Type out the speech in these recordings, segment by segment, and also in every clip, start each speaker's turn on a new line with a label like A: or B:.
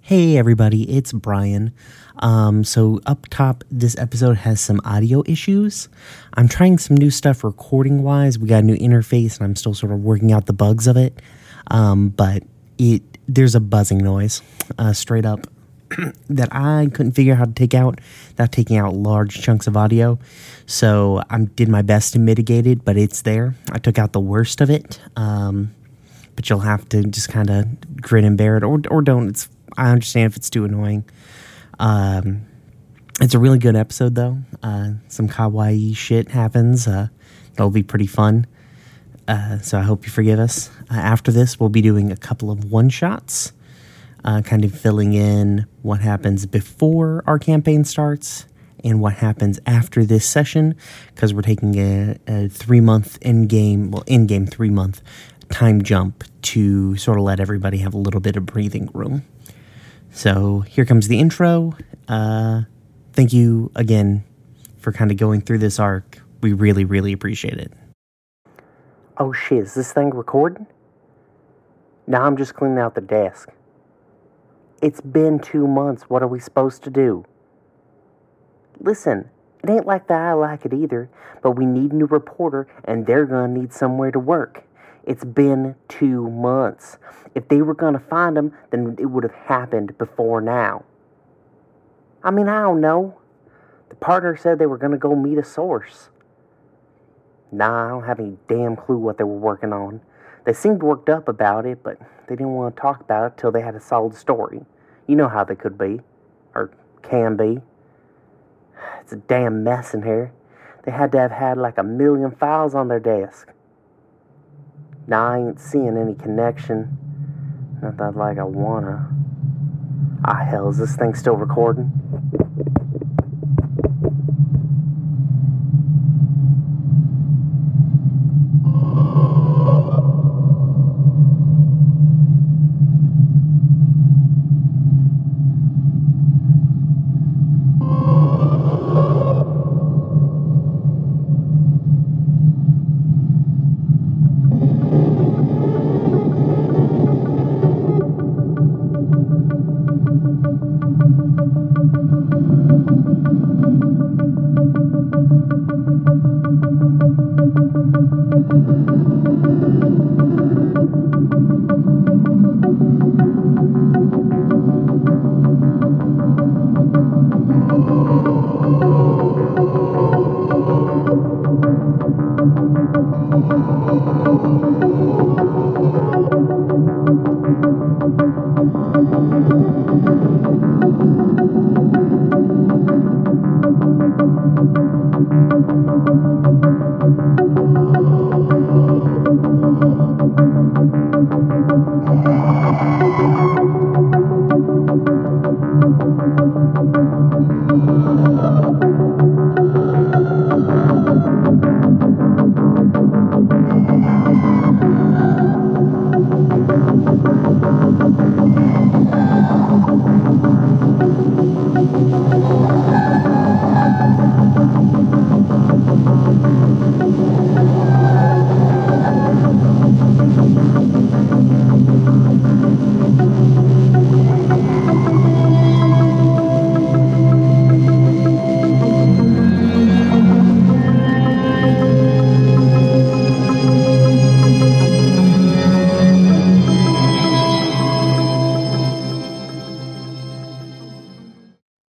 A: Hey, everybody, it's Brian. Um, so, up top, this episode has some audio issues. I'm trying some new stuff recording wise. We got a new interface, and I'm still sort of working out the bugs of it. Um, but it there's a buzzing noise, uh, straight up, that I couldn't figure out how to take out without taking out large chunks of audio. So, I did my best to mitigate it, but it's there. I took out the worst of it. Um, but you'll have to just kind of grin and bear it or, or don't. It's I understand if it's too annoying. Um, it's a really good episode though. Uh, some kawaii shit happens. Uh, that'll be pretty fun. Uh, so I hope you forgive us. Uh, after this, we'll be doing a couple of one shots, uh, kind of filling in what happens before our campaign starts and what happens after this session because we're taking a, a three month in game, well, in game three month time jump to sort of let everybody have a little bit of breathing room. So here comes the intro. Uh, thank you again for kind of going through this arc. We really, really appreciate it. Oh shit, is this thing recording? Now I'm just cleaning out the desk. It's been two months. What are we supposed to do? Listen, it ain't like that I like it either, but we need a new reporter and they're gonna need somewhere to work. It's been two months. If they were gonna find him, then it would have happened before now. I mean, I don't know. The partner said they were gonna go meet a source. Nah, I don't have any damn clue what they were working on. They seemed worked up about it, but they didn't want to talk about it till they had a solid story. You know how they could be, or can be. It's a damn mess in here. They had to have had like a million files on their desk. Now I ain't seeing any connection. Not that like I wanna. Ah hell, is this thing still recording?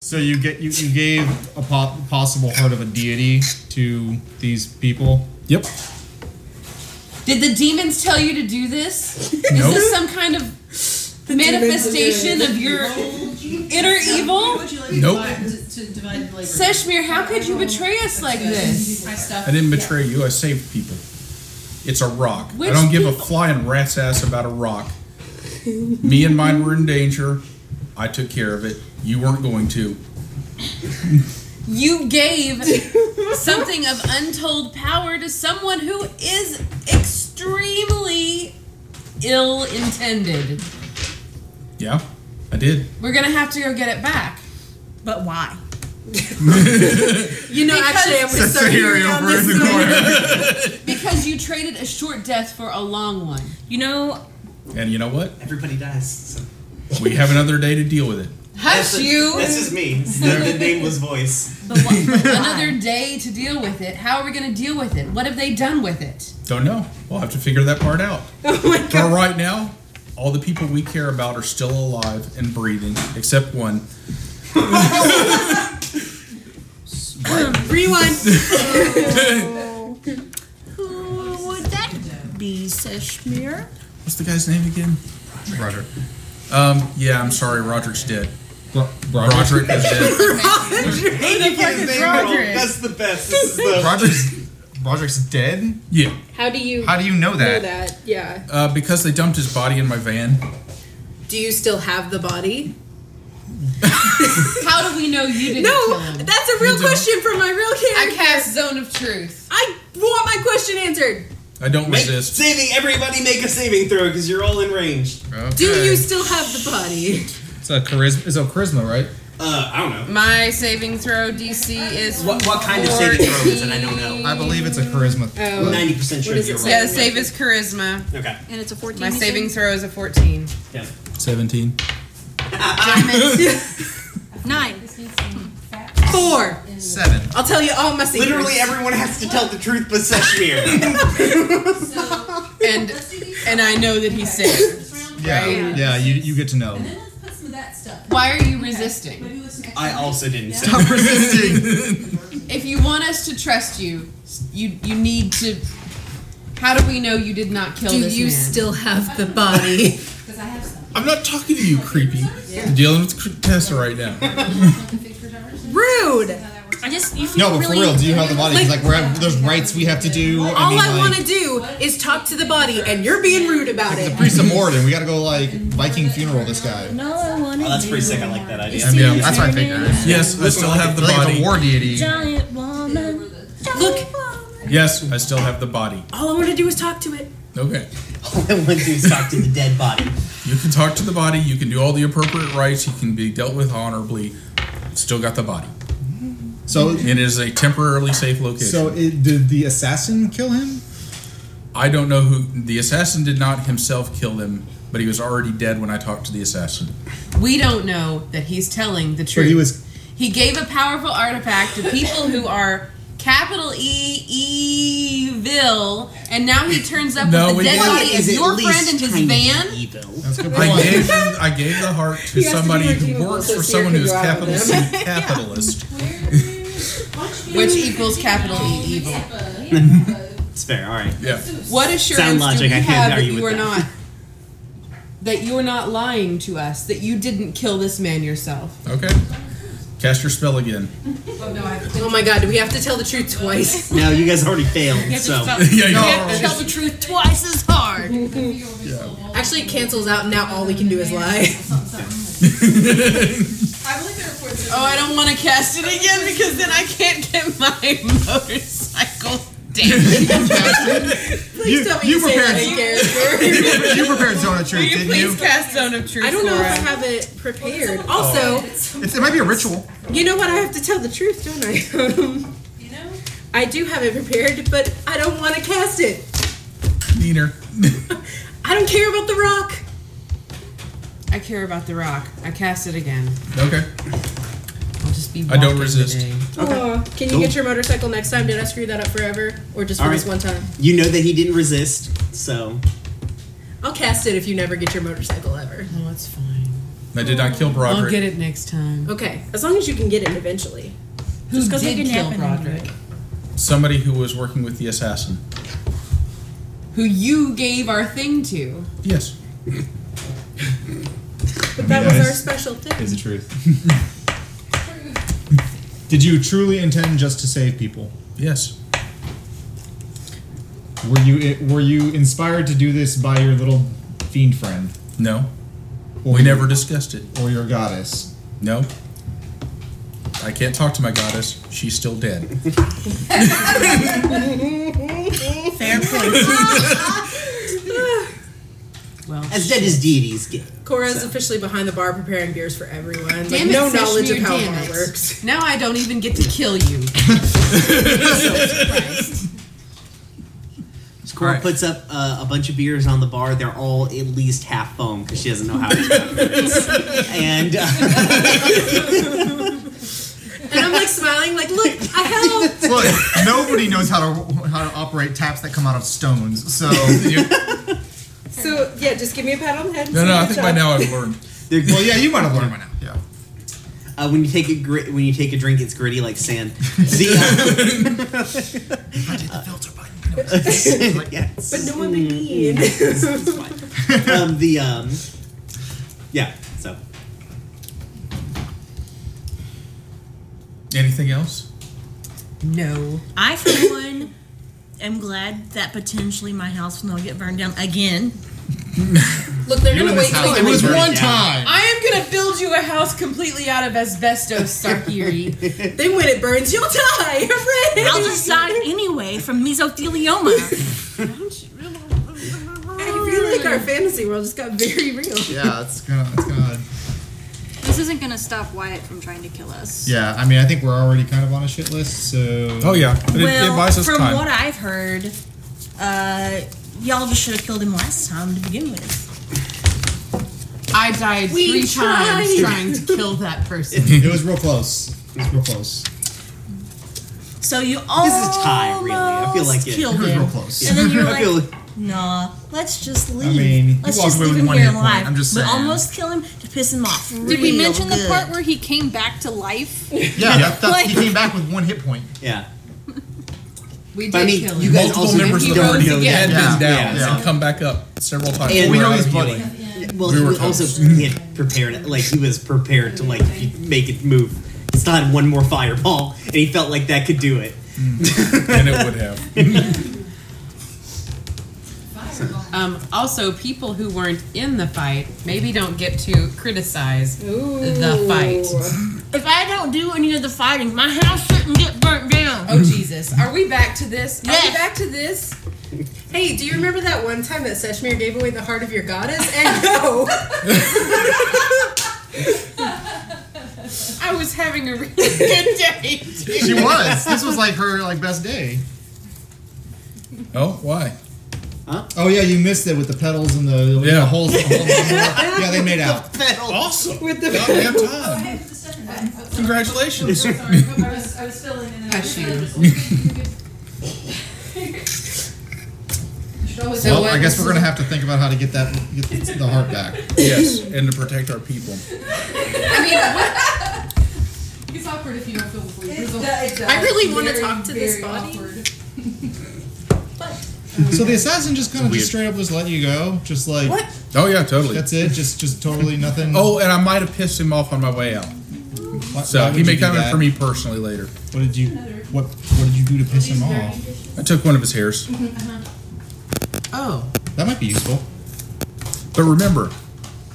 B: So you get you, you gave a po- possible heart of a deity to these people.
C: Yep.
D: Did the demons tell you to do this? Is this some kind of manifestation of your inner evil?
E: Would you like
C: Nope.
E: divide- to, to divide labor?
D: Seshmir, how could you betray us like this?
E: my stuff.
C: I didn't betray you. I saved people. It's a rock.
D: Which
C: I don't give a
D: people-
C: flying rat's ass about a rock. Me and mine were in danger. I took care of it. You weren't going to.
D: You gave something of untold power to someone who is extremely ill intended.
C: Yeah, I did.
D: We're gonna have to go get it back.
F: But why? you know, actually, I'm
D: Because-
F: going to start hearing on this.
D: Because you traded a short death for a long one.
F: You know,
C: And you know what?
G: Everybody dies. So.
C: We have another day to deal with it.
F: Hush you.
E: This is me. It's the, the nameless voice.
F: But what- but another day to deal with it. How are we going to deal with it? What have they done with it?
C: Don't know. We'll have to figure that part out.
G: Oh my
C: For
G: god.
C: right now, all the people we care about are still alive and breathing, except one.
G: Rewind.
H: Who Oh, would that be, Seshmir?
C: What's the guy's name again?
I: Roger.
C: Um, yeah, I'm sorry, Roderick's dead.
I: Bro- Roger.
C: Roderick is dead.
E: That's the best. This is the
J: Roger's Roger's dead.
C: Yeah,
H: How do you
J: How do you know
H: know
J: that?
H: that? Yeah.
C: uh, because they dumped his body in my van.
H: Do you still have the body?
F: How do we know you didn't kill
H: No,
F: him?
H: that's a real question from my real
F: I
H: character.
F: cast Zone of Truth.
H: I want my question answered.
C: I don't
E: make,
C: resist.
E: saving. Everybody make a saving throw because you're all in range.
J: Okay.
H: Do you still have the body?
I: It's a charisma. It's a charisma, right?
E: Uh, I don't know.
F: My saving throw DC is
E: What, what kind of saving throw is it? I don't know.
J: I believe it's a charisma.
H: Oh.
E: I'm 90% sure
H: does it
E: you're right.
H: say?
F: Yeah, save is charisma.
E: Okay.
H: And it's a 14.
F: My saving throw is a 14.
E: Yeah.
C: Seventeen.
H: Nine. Four.
J: Seven.
H: I'll tell you all my secrets.
E: Literally everyone has to tell the truth but Seshmir.
F: And and I know that he's safe.
J: Yeah.
F: Right.
J: Yeah. You, you get to know.
F: Why are you resisting?
E: I also didn't say.
J: I'm resisting.
F: If you want us to trust you, you you need to. How do we know you did not kill
H: Do
F: this
H: you
F: man?
H: still have the body?
C: I'm not talking to you, creepy. I'm dealing with cr- Tessa right now.
H: Rude.
G: I just you feel
J: No, but for
G: really
J: real, do you have the body? 'Cause, Like, we're there's rights we have to do.
H: All
J: mean,
H: I
J: like,
H: want to do is talk to the body, and you're being rude about it.
J: priest of Morden. We gotta go like Viking funeral. This guy.
G: No, I want to
E: Oh, that's pretty sick. I like that idea.
G: see
C: Yeah,
J: that's what I figured.
C: Yes, I still have the
J: Like it's a
C: body.
J: war deity.
G: Giant woman.
H: Look,
C: Yes, I still have the body.
H: all I want to do is talk to it.
C: Okay.
E: All I want to do is talk to the dead body.
C: You can talk to the body. You can do all the appropriate rites. You can be dealt with honorably. Still got the body.
J: So,
C: It is a temporarily safe location.
J: so it, did the assassin kill him?
C: I don't know who the assassin did not himself kill them, but he was already dead when I talked to the assassin.
F: We don't know that he's telling the truth.
J: he was-
F: He gave a powerful artifact to people who are capital E evil, and now he turns up
C: No,
F: with the
C: we
F: dead
C: didn't.
F: body of your friend in his van.
E: Evil.
J: That's a good
C: I
J: point.
C: gave I gave the heart to
H: has to be
C: somebody who
H: redeemable,
C: works
H: so
C: for
H: Sierra
C: someone
H: can
C: who's
H: go out
C: capital
H: with
C: C capitalist.
F: Which equals capital E evil.
E: It's fair. All right.
C: Yeah.
F: What assurance
E: Sound logic,
F: do we
E: I can't
F: have that
E: argue
F: you are
E: with that.
F: not that you are not lying to us? That you didn't kill this man yourself?
C: Okay. Cast your spell again.
H: Oh my god, do we have to tell the truth twice?
E: No, you guys already failed. So
C: Yeah, you
H: tell the truth twice as hard. Actually, it cancels out, and now all we can do is lie.
F: Oh, I don't want to cast it again because then I can't get my motorcycle. Damn.
H: Please tell me
J: you
H: you, say that
J: prepared-
H: in character.
J: you prepared Zone of
F: Will
J: Truth,
F: you
J: didn't
F: please
J: you?
F: cast Zone of Truth?
H: I don't know if I
F: Laura?
H: have it prepared. Also,
J: It's, it might be a ritual.
H: you know what? I have to tell the truth, don't I? you know? I do have it prepared, but I don't want to cast it.
C: Neener.
H: I don't care about the rock.
F: I care about the rock. I cast it again.
C: Okay.
F: I'll just be.
C: I don't
F: walking
C: resist.
F: today.
H: Aw, can you
E: Cool.
H: get your motorcycle next time? Did I screw that up forever, or just for
E: All
H: this
E: right.
H: one time?
E: you know that he didn't resist. So
H: I'll cast it if you never get your motorcycle ever.
F: No, it's Oh, fine.
C: I did not kill
F: I'll get
C: Broderick.
F: it next time.
H: Okay, as long as you can get it eventually.
F: Who
G: go take
F: did
G: a nap
F: kill
G: in the morning.
F: Broderick?
C: Somebody who was working with the assassin.
F: Who you gave our thing to?
C: Yes.
H: But that was our special thing.
J: Is the truth. Did you truly intend just to save people?
C: Yes.
J: Were you were you inspired to do this by your little fiend friend
C: No. We never discussed it.
J: or your goddess?
C: No. I can't talk to my goddess. She's still dead.
G: Fair point.
F: Well,
E: as dead as deities get.
H: Cora's officially behind the bar preparing beers for everyone.
F: Damn
H: Damn
F: it,
H: no knowledge of
F: Sashmir,
H: how
F: damn
H: bar
F: it.
H: works.
F: now I don't even get to kill you.
E: Cora
C: All right.
E: puts up uh, a bunch of beers on the bar. They're all at least half foam because she doesn't know how to do it. And uh,
H: And I'm like smiling, like, look, I helped.
K: Look, nobody knows how to how to operate taps that come out of stones. So
H: So yeah, just give me a pat on the head. and
C: No,
H: say
C: no, I
H: good
C: think by
H: job.
C: now I've learned.
E: they're,
K: well, yeah, you might have learned by now. Yeah.
E: uh, when you take a gri- when you take a drink, it's gritty like sand. The,
K: I did the filter button.
E: uh, yes.
H: But no one made me. in.
E: um, the um, yeah. So
C: Anything else?
G: No.
F: I, for one, am glad that potentially my house will not get burned down again.
G: Look, they're gonna
K: in this
G: wait till
K: house.
G: you-
K: It was
E: burn it
K: one
E: down.
K: time.
G: I am gonna build you a house completely out of asbestos, Sarkiri.
H: then when it burns, you'll die. Hooray!
F: I'll just die anyway from mesothelioma.
H: I feel like our fantasy world just got very real.
K: Yeah,
J: Ah,
K: it's gonna, it's gonna.
L: This isn't going to stop Wyatt from trying to kill us.
J: Yeah, I mean, I think we're already kind of on a shit list, so.
C: Oh yeah, it,
F: well,
C: it buys us
F: from
C: time.
F: what I've heard, uh, y'all just should have killed him last time to begin with.
G: I died
H: We
G: three times
H: tried.
G: trying to kill that person.
J: It was real close. It was real close.
F: So you all
E: is a tie, really. I feel like it-
F: killed
K: It was
F: him.
K: real close.
F: And then you're
E: I feel
F: like, nah, let's just leave.
J: mean, he
F: let's
K: walked
F: just
K: away
F: leave
K: with
F: him
K: one
F: here
K: hit point,
F: alive.
K: I'm just
F: but
K: saying.
F: almost kill him to piss him off.
L: Did we mention the part
F: where?
L: where he came back to life?
K: Yeah, that, that,
L: Like-
K: he came back with one hit point.
E: yeah.
G: We did
E: But I mean,
G: kill him.
E: you guys
C: Multiple
E: also
C: members of the
G: don't
C: party
G: know
C: had
G: that.
C: been down
E: Yeah,
K: yeah.
C: and come back up several times.
E: And-
C: We
E: We
C: know
E: know
C: he's
K: buddy.
C: bloody.
E: Well,
C: We
E: he
C: were
E: was
C: close.
E: also he had prepared, like he was prepared to like he- make it move. He still had one more fireball, and he felt like that could do it.
C: and it would have.
G: Um, also, people who weren't in the fight maybe don't get to criticize the fight.
F: If I don't do any of the fighting, my house shouldn't get burnt down.
G: Oh Jesus! Are we back to this? Are we
F: Yes.
G: back to this?
H: Hey, do you remember that one time that Seshmir gave away the heart of your goddess? And no,
G: I was having a really good day.
K: She was. This was like her like best day.
C: Oh, why?
J: Oh, yeah, you missed it with the pedals and the.
C: Yeah.
J: The holes. yeah, they made out.
C: Awesome. With the goddamn time. Congratulations.
G: Hush you.
J: Well, I guess we're gonna have to think about how to get that get the heart back.
C: yes, and to protect our people.
L: It's awkward if you don't feel before you
H: I really want to talk to this body.
J: So the assassin just kind of
K: weird.
J: just straight up just let you go, just like
H: What?
C: Oh yeah, totally.
J: that's it, just just totally nothing.
C: Oh, and I might have pissed him off on my way out.
J: Why- why
C: So
J: would
C: he may
J: you do
C: come in
J: that?
C: for me personally later.
J: What did you what What did you do to piss him off?
C: I took one of his hairs.
J: Mm-hmm.
G: Oh,
J: That might be useful.
C: But remember,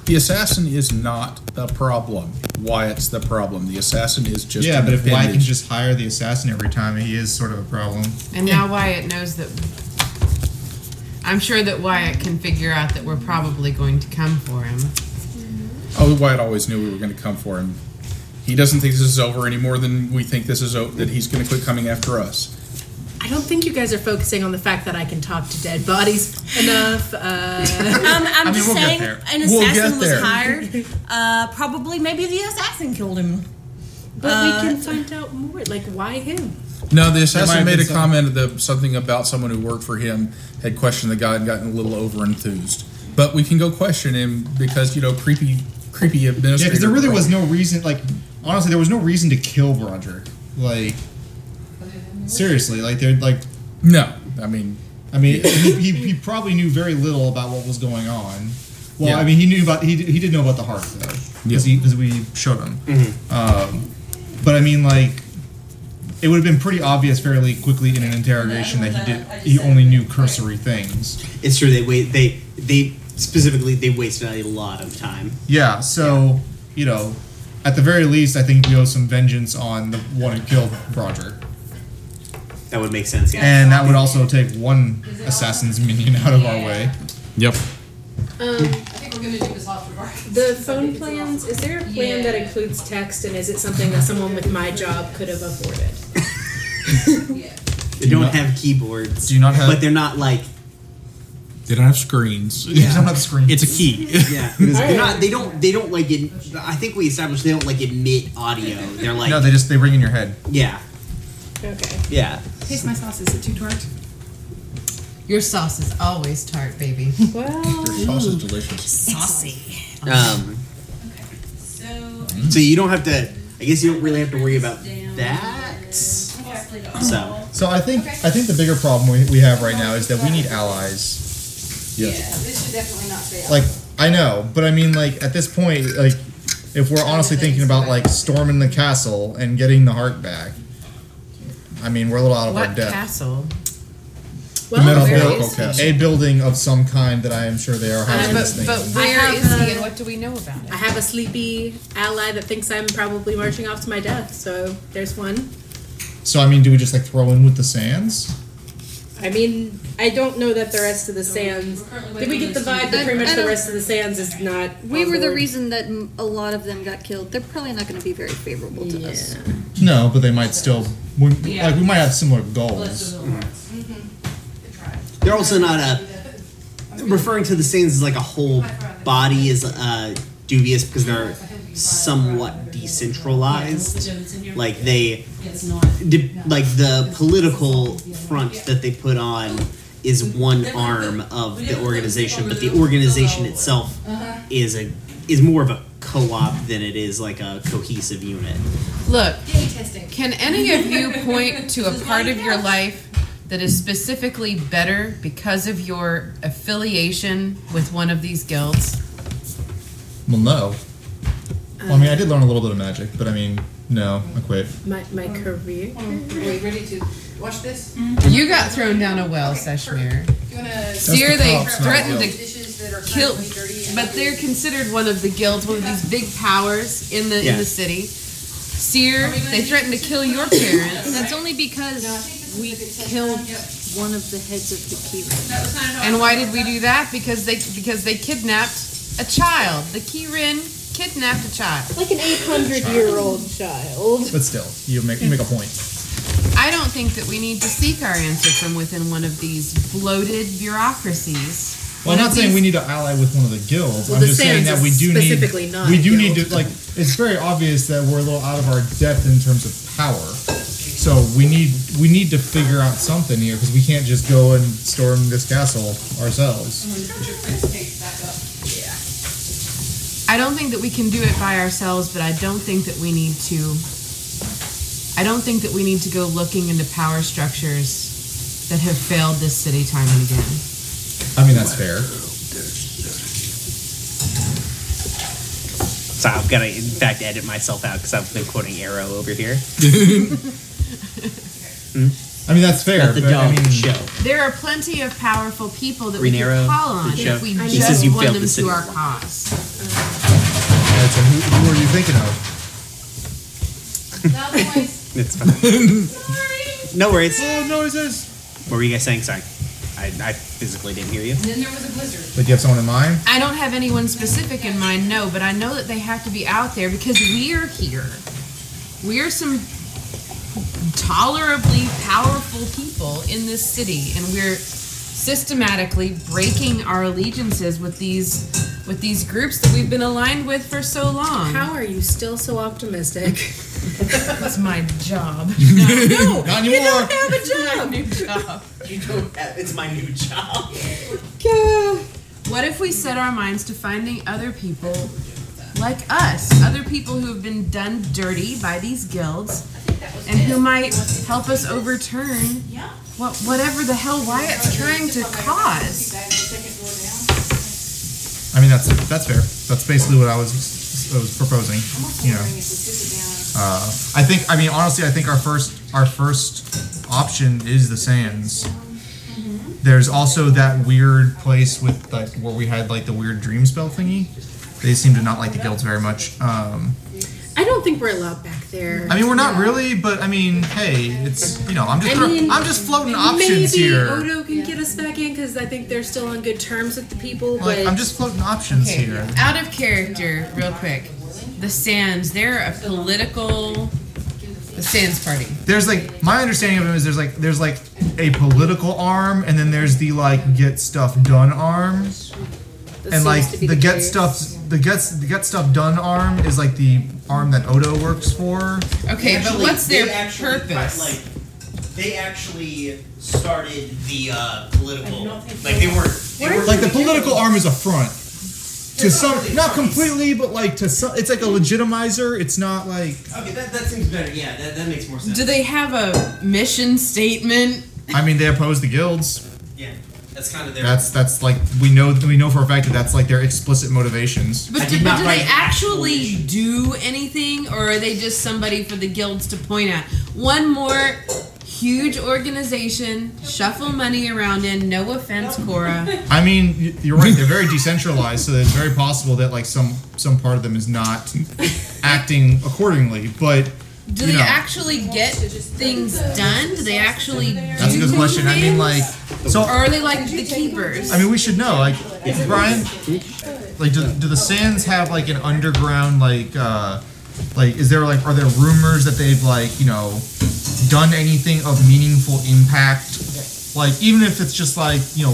C: the assassin is not the problem. Wyatt's the problem. The assassin is just
J: yeah,
C: an
J: but if Wyatt can
C: appendage.
J: just hire the assassin every time, he is sort of a problem.
G: and now Wyatt knows that. I'm sure that Wyatt can figure out that we're probably going to come for him.
C: Oh, Wyatt always knew we were going to come for him. He doesn't think this is over any more than we think this is o- that he's going to quit coming after us.
H: I don't think you guys are focusing on the fact that I can talk to dead bodies enough. Uh,
F: Um, I'm
K: mean,
F: just
K: we'll get
F: saying,
K: there.
F: an
C: We'll get
F: assassin was
C: there.
F: hired. Uh, probably, maybe the assassin killed him.
H: but we can find out more. Like, why him?
C: No, the
J: might
C: assassin
J: have
C: made
J: been
C: a
J: some-
C: comment that something about someone who worked for him had questioned the guy and gotten a little over enthused. But we can go question him because you know creepy, creepy administrator.
J: Yeah, because there really was no reason. Like honestly, there was no reason to kill Broderick. Like seriously, like they're like.
C: no. I mean,
J: I mean, he, he, he probably knew very little about what was going on. Well,
C: Yeah.
J: I mean, he knew about he, did- he did know about the heart though, because we showed him. Um, but I mean, like, it would have been pretty obvious fairly quickly in an interrogation that he did he only knew cursory things.
E: It's true. They wait. They they specifically they wasted a lot of time.
J: Yeah, so you know, at the very least, I think we owe some vengeance on the one who killed Roger,
E: That would make sense. Yeah.
J: and that would also take one assassin's minion out of our way.
C: yep.
H: The phone plans. Is there a plan that includes text, and is it something that someone with my job could have afforded?
E: They don't
J: not-
E: have keyboards.
J: do you not have-
E: But they're not like
C: They don't have screens.
M: Yeah. don't have screens.
E: It's a key. Yeah,
M: It is a
E: They're
M: key.
E: not- they don't. They don't like it. I think we established they don't like admit audio. They're like
M: no, they just they ring in your head.
E: yeah,
N: Okay.
E: yeah.
N: Taste my sauce. Is it too tart?
G: Your sauce is always tart, baby.
N: Well, mm.
C: Your sauce is delicious.
G: Saucy.
E: Um, so you don't have to. I guess you don't really have to worry about that.
N: Oh.
E: So
J: So I think I think the bigger problem we, we have right now is that we need allies.
N: this should definitely not stay out.
J: Like I know, but I mean, like at this point, like if we're honestly thinking about like storming the castle and getting the heart back, I mean, we're a little out of our
G: What
J: depth.
G: castle?
J: the metal
G: where
J: build-
G: is Uh, he?
J: a building of some kind that I am sure they are housing this thing. in.
N: where
H: is he and
N: what do we know about it?
H: I have a sleepy ally that thinks I'm probably marching off to my death, so there's one.
J: so I mean, do we just like throw in with the sands?
H: I mean, I don't know that the rest of the sands. Did we get the vibe that pretty
O: I-
H: much
O: I
H: the
O: don't-
H: rest of the sands is not?
O: We
H: on
O: were the
H: board?
O: reason that m- a lot of them got killed. They're probably not going to be very favorable to us.
J: No, but they might still. We,
O: Yeah.
J: Like we might have similar goals.
E: they're also not a. Referring to the sands as like a whole body is uh, dubious because they're somewhat decentralized. Like they,
F: It's not.
E: de- like the political front that they put on is one arm of the organization, but the organization itself is a is more of a co-op than it is like a cohesive unit.
G: Look, can any of you point to a part of your life that is specifically better because of your affiliation with one of these guilds?
J: Well, no. Well, I mean, I did learn a little bit of magic, but I mean, no, I quit.
H: My, my
O: Oh.
H: career.
N: Are we ready to wash this?
G: You got thrown down a well, Seshmir.
N: You wanna-
G: Seer,
N: the
G: they
N: cops, not
G: threatened
N: the
G: to
N: Dishes that are
G: kill,
N: constantly dirty and
G: but they're considered one of the guilds, one of these big powers in the in
N: Yeah.
G: the city. Seer, they threatened to kill your
O: And
G: parents.
O: that's only because we killed one of the heads of the Kirin.
G: And why did we do that? Because they because they kidnapped a child. The Kirin kidnapped a child.
H: Like an 800 year old child.
J: But still, you make you make a point.
G: I don't think that we need to seek our answer from within one of these bloated bureaucracies.
J: Well,
G: One
J: I'm not
G: of
J: saying
G: these-
J: we need to ally with one of the guilds.
G: Well,
J: I'm
G: the
J: just saying
G: Sands
J: that
G: is
J: we do need
G: specifically not
J: we do
G: a
J: need
G: guild.
J: to like. It's very obvious that we're a little out of our depth in terms of power. So we need we need to figure out something here because we can't just go and storm this castle ourselves.
G: I don't think that we can do it by ourselves, but I don't think that we need to. I don't think that we need to go looking into power structures that have failed this city time and again.
J: I mean, that's fair.
E: So I've got to in fact edit myself out because I've been quoting Arrow over here.
J: I mean, that's fair.
E: Not the
J: but I
E: dog
J: mean,
E: show.
G: There are plenty of powerful people that
E: Green
G: we could
E: Arrow,
G: call on
E: good show.
G: if we
E: He says
G: just
E: you
G: won
E: failed
G: them
E: the
G: to
E: city
G: our
E: one.
G: cause.
J: Yeah, so who, who are you thinking of?
E: It's fine. no worries.
J: Oh, noises.
E: What were you guys saying? Sorry, I, I physically didn't hear you.
G: then there was a blizzard.
J: Like, you have someone in mind?
G: I don't have anyone specific in mind, no, but I know that they have to be out there because we're here. We're some tolerably powerful people in this city, and we're systematically breaking our allegiances with these with these groups that we've been aligned with for so long.
H: How are you still so optimistic?
G: That's my job. No, no
J: Not you anymore. don't
G: have a job. new job.
E: You don't have. It's my new job.
G: What if we set our minds to finding other people like us, other people who have been done dirty by these guilds, and who might help us overturn what, whatever the hell Wyatt's trying to cause?
J: I mean, that's that's fair. That's basically what I was I was proposing. You know, uh, I think. I mean, honestly, I think our first our first option is the Sands.
H: Mm-hmm.
J: There's also that weird place with like where we had like the weird dream spell thingy. They seem to not like the guilds very much. Um,
H: I don't think we're allowed back there.
J: I mean, we're not really, but I mean, hey, it's you know, I'm just
H: I
J: throw-
H: mean,
J: I'm just floating options
H: maybe
J: here.
H: Odo can get us back in because I think they're still on good terms with the people.
J: like
H: but
J: I'm just floating options
G: Okay,
J: here.
G: out of character, real quick. The Sands, they're a political
O: The Sands Party.
J: There's like my understanding of him is there's like there's like a political arm and then there's the like get stuff done arm. and
P: seems
J: like
P: to
J: the,
P: be the
J: get
P: case.
J: stuff the gets the get stuff done arm is like the arm that Odo works for.
D: Okay, but
E: Actually,
D: what's their
E: they actually-
D: purpose?
E: Like, they actually started the uh, political. Like they weren't. They were
J: Like the political arm is a front. To some, not completely, but like to some, it's like a legitimizer. It's not like
E: Okay, that, that seems better. Yeah, that, that makes more sense.
H: Do they have a mission statement?
J: I mean they oppose the guilds.
E: Yeah, that's kind of their.
J: That's that's like we know we know for a fact that that's like their explicit motivations.
H: But do, but do they actually do anything, or are they just somebody for the guilds to point at? One more huge organization, shuffle money around in. No offense, Cora.
J: I mean, y- you're right. They're very decentralized, so it's very possible that like some some part of them is not acting accordingly. But
H: Do
J: you
H: they
J: know,
H: actually get things done? Do they actually?
J: that's a
H: do
J: good question. I mean, like, so
H: or are they like the keepers?
J: I mean, we should know, like, Brian, like, do, do the Sands have like an underground, like, uh, like, is there like, are there rumors that they've like, you know, done anything of meaningful impact? Like, even if it's just like, you know,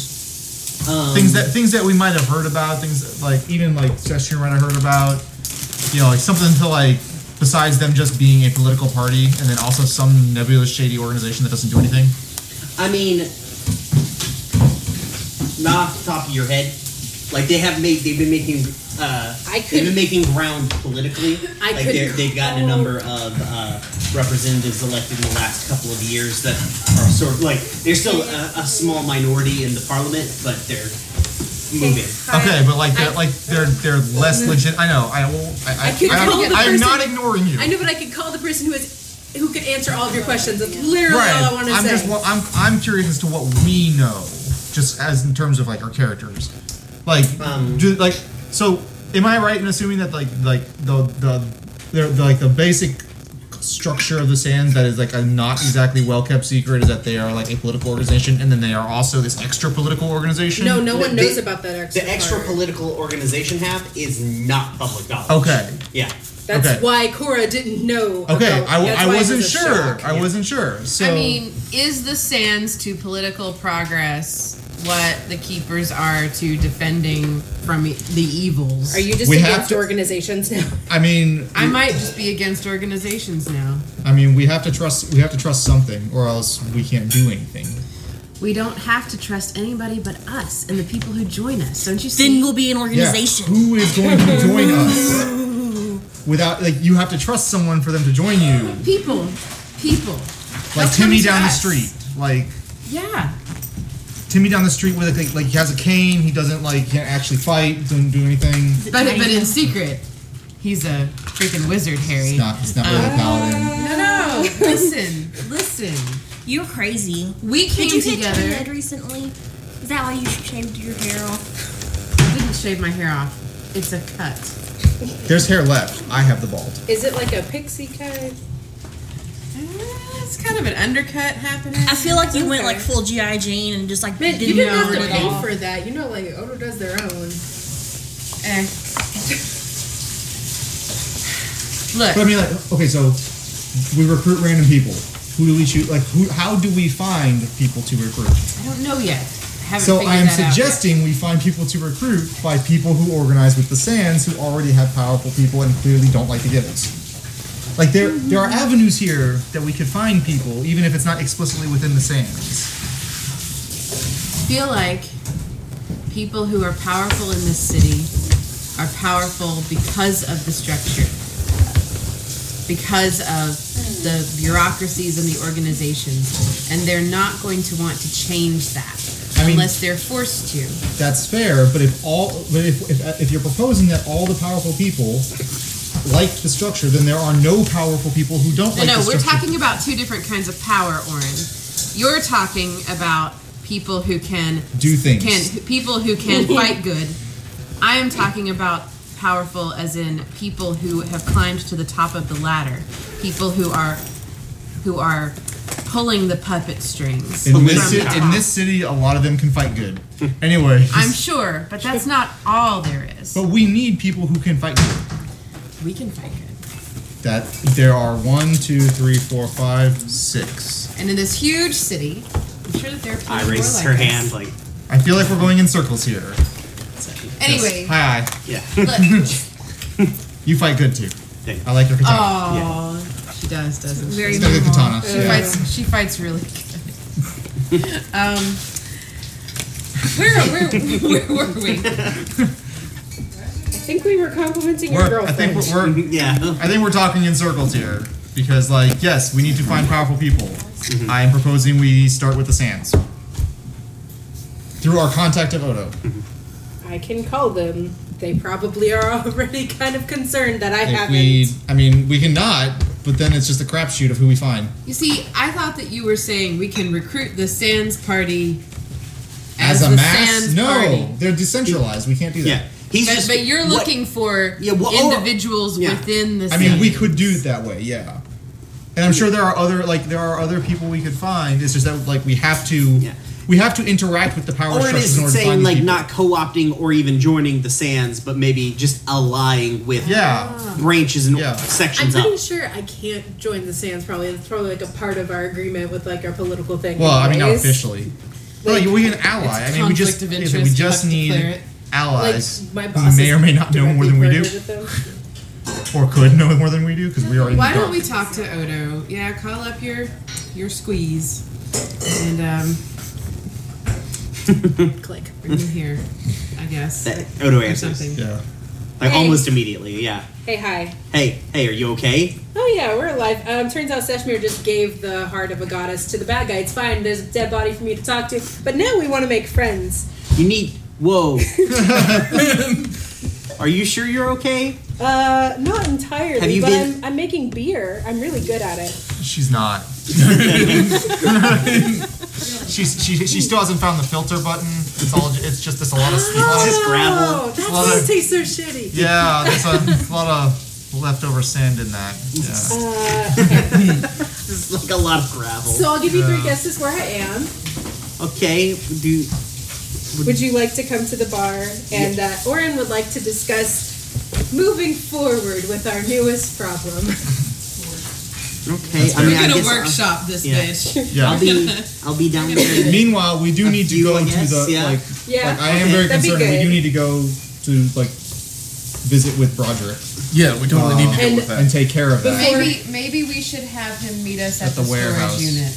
J: rumors,
E: Um,
J: things that things that we might have heard about, things that, like even like Session Run I heard about, you know, like something to like. Besides them just being a political party, and then also some nebulous, shady organization that doesn't do anything.
E: I mean, not off the top of your head. Like they have made, they've been making. Uh,
G: I
E: they've been
G: could-
E: matten ground politically.
G: I
E: like
G: could
E: they're- they've gotten a number of uh, representatives elected in the last couple of years that are sort of like they're still a, a small minority in the parliament, but they're moving.
J: Okay, but like they're like they're they're less legit. I know. I will. I, I,
G: Mm-hmm. I could
J: I,
G: call the
J: I am
G: person-
J: not ignoring you.
G: I know, but I could call the person who is who could answer all of your questions. That's literally all I want to
J: I'm
G: say.
J: just. wa- I'm I'm curious as to what we know, just as in terms of like our characters, like do, like. So, am I right in assuming that like like the the, the, the like the basic structure of the sands that is like a not exactly well kept secret is that they are like a political organization and then they are also this extra political organization.
E: The- The extra political organization half is not public knowledge.
J: Okay.
E: Yeah.
G: That's
J: okay.
G: why Cora didn't know.
J: Okay,
G: about-
J: I, w-
G: that's
J: I
G: why it
J: wasn't
G: was a
J: sure.
G: shock.
J: I wasn't sure. So
H: I mean, is the sands to political progress what the keepers are to defending from e- the evils?
G: Are you just
J: We have
G: against
J: to-
G: organizations now?
J: I mean,
H: I might just be against organizations now.
J: I mean, we have to trust. We have to trust something, or else we can't do anything.
H: We don't have to trust anybody but us and the people who join us. Don't you see?
F: Then we'll be an organization.
J: Yeah. Who is going to join us? Without like, you have to trust someone for them to join you.
H: People, people.
J: Like
H: They'll come
J: Timmy
H: to
J: down
H: us.
J: the street. Like
H: Yeah.
J: Timmy down the street with like, like he has a cane. He doesn't like he can't actually fight. Doesn't do anything.
H: But, but in secret, he's a freaking wizard, Harry. It's
J: not, it's not really a paladin.
H: No, no. listen, listen.
F: You're crazy.
H: We came
F: Did you get
H: together.
F: head recently? Is that why you shaved your hair off?
H: I didn't shave my hair off. It's a cut.
J: There's hair left. I have the bald.
G: Is it like a pixie cut?
H: Eh, It's kind of an undercut happening.
F: I feel like you went like full GI Jane and just like
G: Man,
F: didn't
G: you didn't
F: know
G: have to
F: it
G: pay
F: all.
G: for that. You know, like Odo does their own.
H: Eh. Look.
J: But I mean, like, okay, so we recruit random people. Who do we choose? Like, who? How do we find people to recruit?
H: I don't know yet. I haven't
J: So
H: figured
J: I am
H: that out yet.
J: suggesting we find people to recruit by people who organize with the Sands, who already have powerful people and clearly don't like the Gibbons. Like there, there are avenues here that we could find people, even if it's not explicitly within the Sands.
H: feel like people who are powerful in this city are powerful because of the structure, because of the bureaucracies and the organizations, and they're not going to want to change that
J: I mean-
H: unless they're forced to.
J: That's fair, but if all, but if, if if you're proposing that all the powerful people like the structure, then there are no powerful people who don't
H: No,
J: like
H: no,
J: the
H: we're
J: structure.
H: talking about two different kinds of power, Orin. You're talking about people who can
J: Do things.
H: Can people who can fight good. I am talking about powerful, as in people who have climbed to the top of the ladder, people who are who are pulling the puppet strings.
J: in
H: from
J: this,
H: the
J: ci- in
H: top.
J: this city, a lot of them can fight good. Anyway,
H: I'm sure, but that's not all there is.
J: but we need people who can fight good.
H: We can fight good.
Q: that there are one, two, three, four, five, six.
H: And in this huge city, I'm sure that there are people
Q: I
H: who are
Q: raised
H: like
Q: her
H: us.
Q: hand, like- I feel like we're going in circles here.
H: Anyway.
Q: Yes. Hi, hi. you fight good too. I like your katana.
H: Oh, she does, doesn't she?
Q: Very She's got good
H: minimal.
Q: katana,
H: She,
Q: yeah.
H: fights, she fights really good. um, where, where, where were we?
G: I think we were complimenting your
J: We're, I
G: girlfriend.
J: think we're, we're I think we're talking in circles here because, like, yes, we need to find powerful people. I am proposing we start with the Sands through our contact of Odo.
G: I can call them. They probably are already kind of concerned that I
Q: if
G: haven't.
Q: we, I mean, we can not, but then it's just a crapshoot of who we find
H: You see, I thought that you were saying we can recruit the Sands Party
Q: as,
H: the
Q: a mass.
H: Sands
Q: no,
H: Party.
Q: they're decentralized. We can't do that.
E: Yeah.
H: but, but you're looking for individuals within the
J: I mean,
H: Sands.
J: we could do it that way, yeah. And I'm sure there are other like there are other people we could find. It's just that like we have to we have to interact with the power
E: Or it
J: structures
E: isn't
J: in order to
E: saying
J: find these
E: like
J: people.
E: not co-opting or even joining the sands, but maybe just allying with
J: Yeah.
E: branches and
G: I'm
E: sections
G: pretty
E: up.
G: sure I can't join the Sands. Probably it's probably like a part of our agreement with like our political thing.
J: Well, I mean, not
G: anyways.
J: officially. Well, like, we can ally. I mean, we just
G: conflict of
J: yeah, we
G: interest,
J: just
G: you have to
J: need
G: declare it.
J: allies
G: Like, my
J: who
G: boss
J: may
G: is
J: or may not know more than we do, or could know more than we do because we are in
H: Why
J: the dark.
H: don't we talk to Odo? Yeah, call up your your squeeze and um,
G: click
H: bring him here. I guess.
E: That Odo
H: Or
E: Oh, answers.
H: something.
J: Yeah.
E: Like
G: Hey.
E: almost immediately, yeah.
G: Hey, hi.
E: Hey, hey, are you okay?
G: Oh yeah, we're alive. Um, turns out Seshmir just gave the heart of a goddess to the bad guy. It's fine. There's a dead body for me to talk to. But now we want to make friends.
E: You need. Whoa. are you sure you're okay?
G: Uh, not entirely,
E: Have you
G: but
E: been-
G: I'm, I'm making beer. I'm really good at it.
J: She's not. She's, she, she still hasn't found the filter button. It's all it's just this a lot of a lot of-
G: Oh, that's
J: a lot
G: why
J: of-
G: it tastes so shitty.
J: Yeah, there's a, lot of leftover sand in that. Yeah.
G: Uh,
E: This is like a lot of gravel.
G: so I'll give you three
J: Yeah.
G: guesses where I am.
E: Okay, do.
G: Would you like to come to the bar? And uh, Oren would like to discuss moving forward with our newest problem.
E: Okay,
H: We're
E: I mean, I
H: gonna
E: guess
H: workshop
E: I'll,
H: this
E: yeah.
H: bitch.
J: Yeah.
E: I'll be, I'll be down there.
Q: Meanwhile, we do need to go to
E: guess,
Q: the
E: yeah.
Q: like.
G: Yeah,
Q: like, I am
E: okay.
Q: very
E: That'd be
Q: concerned. We do
E: good.
Q: need to go to like visit with Broderick.
C: Yeah, we totally need to deal
H: And-
C: with that.
Q: and take care of that.
H: Maybe maybe we should have him meet us at,
Q: At the
H: storage
Q: warehouse.
H: unit.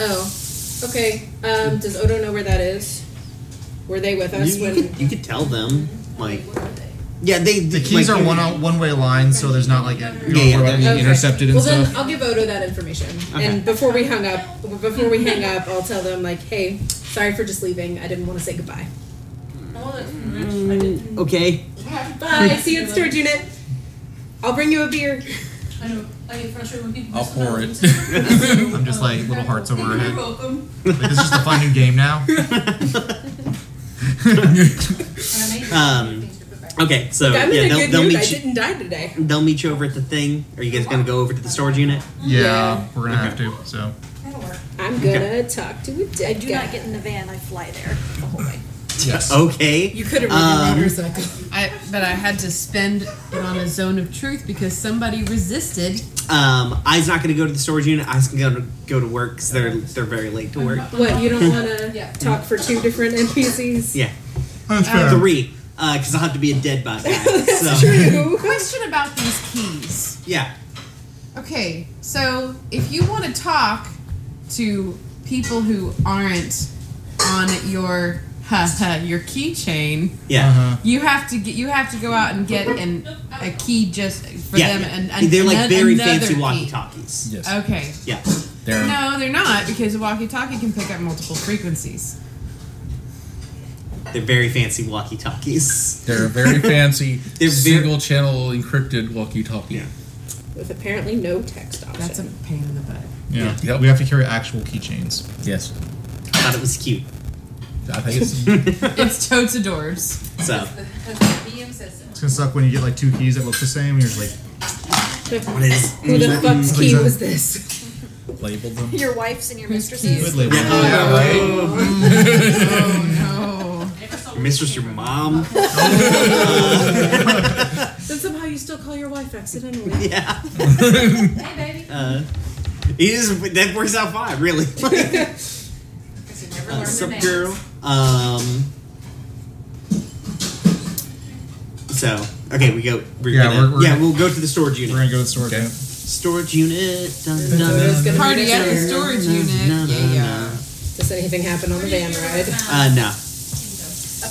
G: Oh, okay. Um, does Odo know where that is? Were they with us
E: You,
G: when?
E: you could, you could tell them, like, yeah, they.
J: The keys
E: like,
J: are one out, one way lines, so there's not like a, you
E: Yeah,
J: don't
E: yeah,
J: worry about being
G: Okay.
J: intercepted and
G: well,
J: stuff.
G: then I'll give Odo that information.
J: Okay.
G: And before we hung up, before we hang up, I'll tell them like, hey, sorry for just leaving. I didn't want to say goodbye.
E: Mm, okay.
G: Bye. See you at storage unit. I'll bring you a beer.
O: I know. I get frustrated when people.
J: I'll
O: mess
J: pour
O: up.
J: it. I'm just like little hearts over her head. Like it's just a fun new game now.
E: Um, okay, so
G: Look, I'm
E: yeah,
G: in a
E: they'll,
G: good
E: they'll
G: mood. I
E: meet you.
G: didn't die today.
E: They'll meet you over at the thing. Are you guys gonna go over to the storage unit?
J: Yeah, we're gonna have to. So
G: I'm gonna talk to a
R: I
G: dead
R: do
G: guy.
R: not get in the van. I fly there.
E: yes.
J: Oh,
E: Okay.
H: You could have ridden
E: Um,
H: a motorcycle. I but I had to spend it on a zone of truth because somebody resisted.
E: Um, I's not gonna go to the storage unit. I's gonna go to work because they're they're very late to work.
G: What you don't want to talk for two different NPCs?
E: Yeah.
J: That's
G: fair.
E: Um, Three, because I'll have to be a dead by then. so.
H: Question about these keys.
E: Yeah.
H: Okay, so if you want to talk to people who aren't on your your keychain,
E: Yeah.
H: you have to get you have to go out and get an a key just for
E: yeah.
H: them and, and
E: they're like
H: ano-
E: very
H: another
E: fancy
H: key.
E: walkie talkies. Yes.
H: Okay.
E: Yeah.
H: No, they're not because a walkie-talkie can pick up multiple frequencies.
E: They're very fancy walkie talkies.
C: They're a very fancy
E: They're very-
C: single channel encrypted walkie talkie. Yeah.
G: With apparently no text option.
H: That's a pain in the butt.
J: yeah, we have to carry actual keychains.
E: Yes. I thought it was cute.
J: I think it's,
H: it's totes adorbs.
E: So
J: it's gonna suck when you get like two keys that look the same. and You're just
E: What is-
G: Who the
J: Mm.
G: fuck's
J: What
G: key
J: is that?
G: was this?
J: like label them.
R: Your wife's and your
G: Hmm.
R: mistress's.
J: label.
E: Yeah.
J: Yeah, right.
H: Oh no.
E: Mistress, your mom.
G: Oh. Then somehow you still call your wife accidentally.
E: Yeah.
G: hey, baby.
E: Uh, it is that works out fine, really.
G: learn
E: uh,
G: their
E: sub
G: names.
E: girl. Um. So okay, we go. We're
C: Yeah,
E: gonna,
C: we're- we're
E: yeah,
C: gonna-
E: we'll go to the storage unit. We're
C: gonna go to the storage
E: unit. Storage unit. Dun, dun,
G: It's gonna
E: dun,
G: be
E: dun,
G: Party at the
E: dun,
G: storage
E: dun,
G: unit.
E: dun,
G: Yeah,
E: dun,
G: yeah.
E: dun.
G: Does anything happen on the van ride?
E: Uh, no.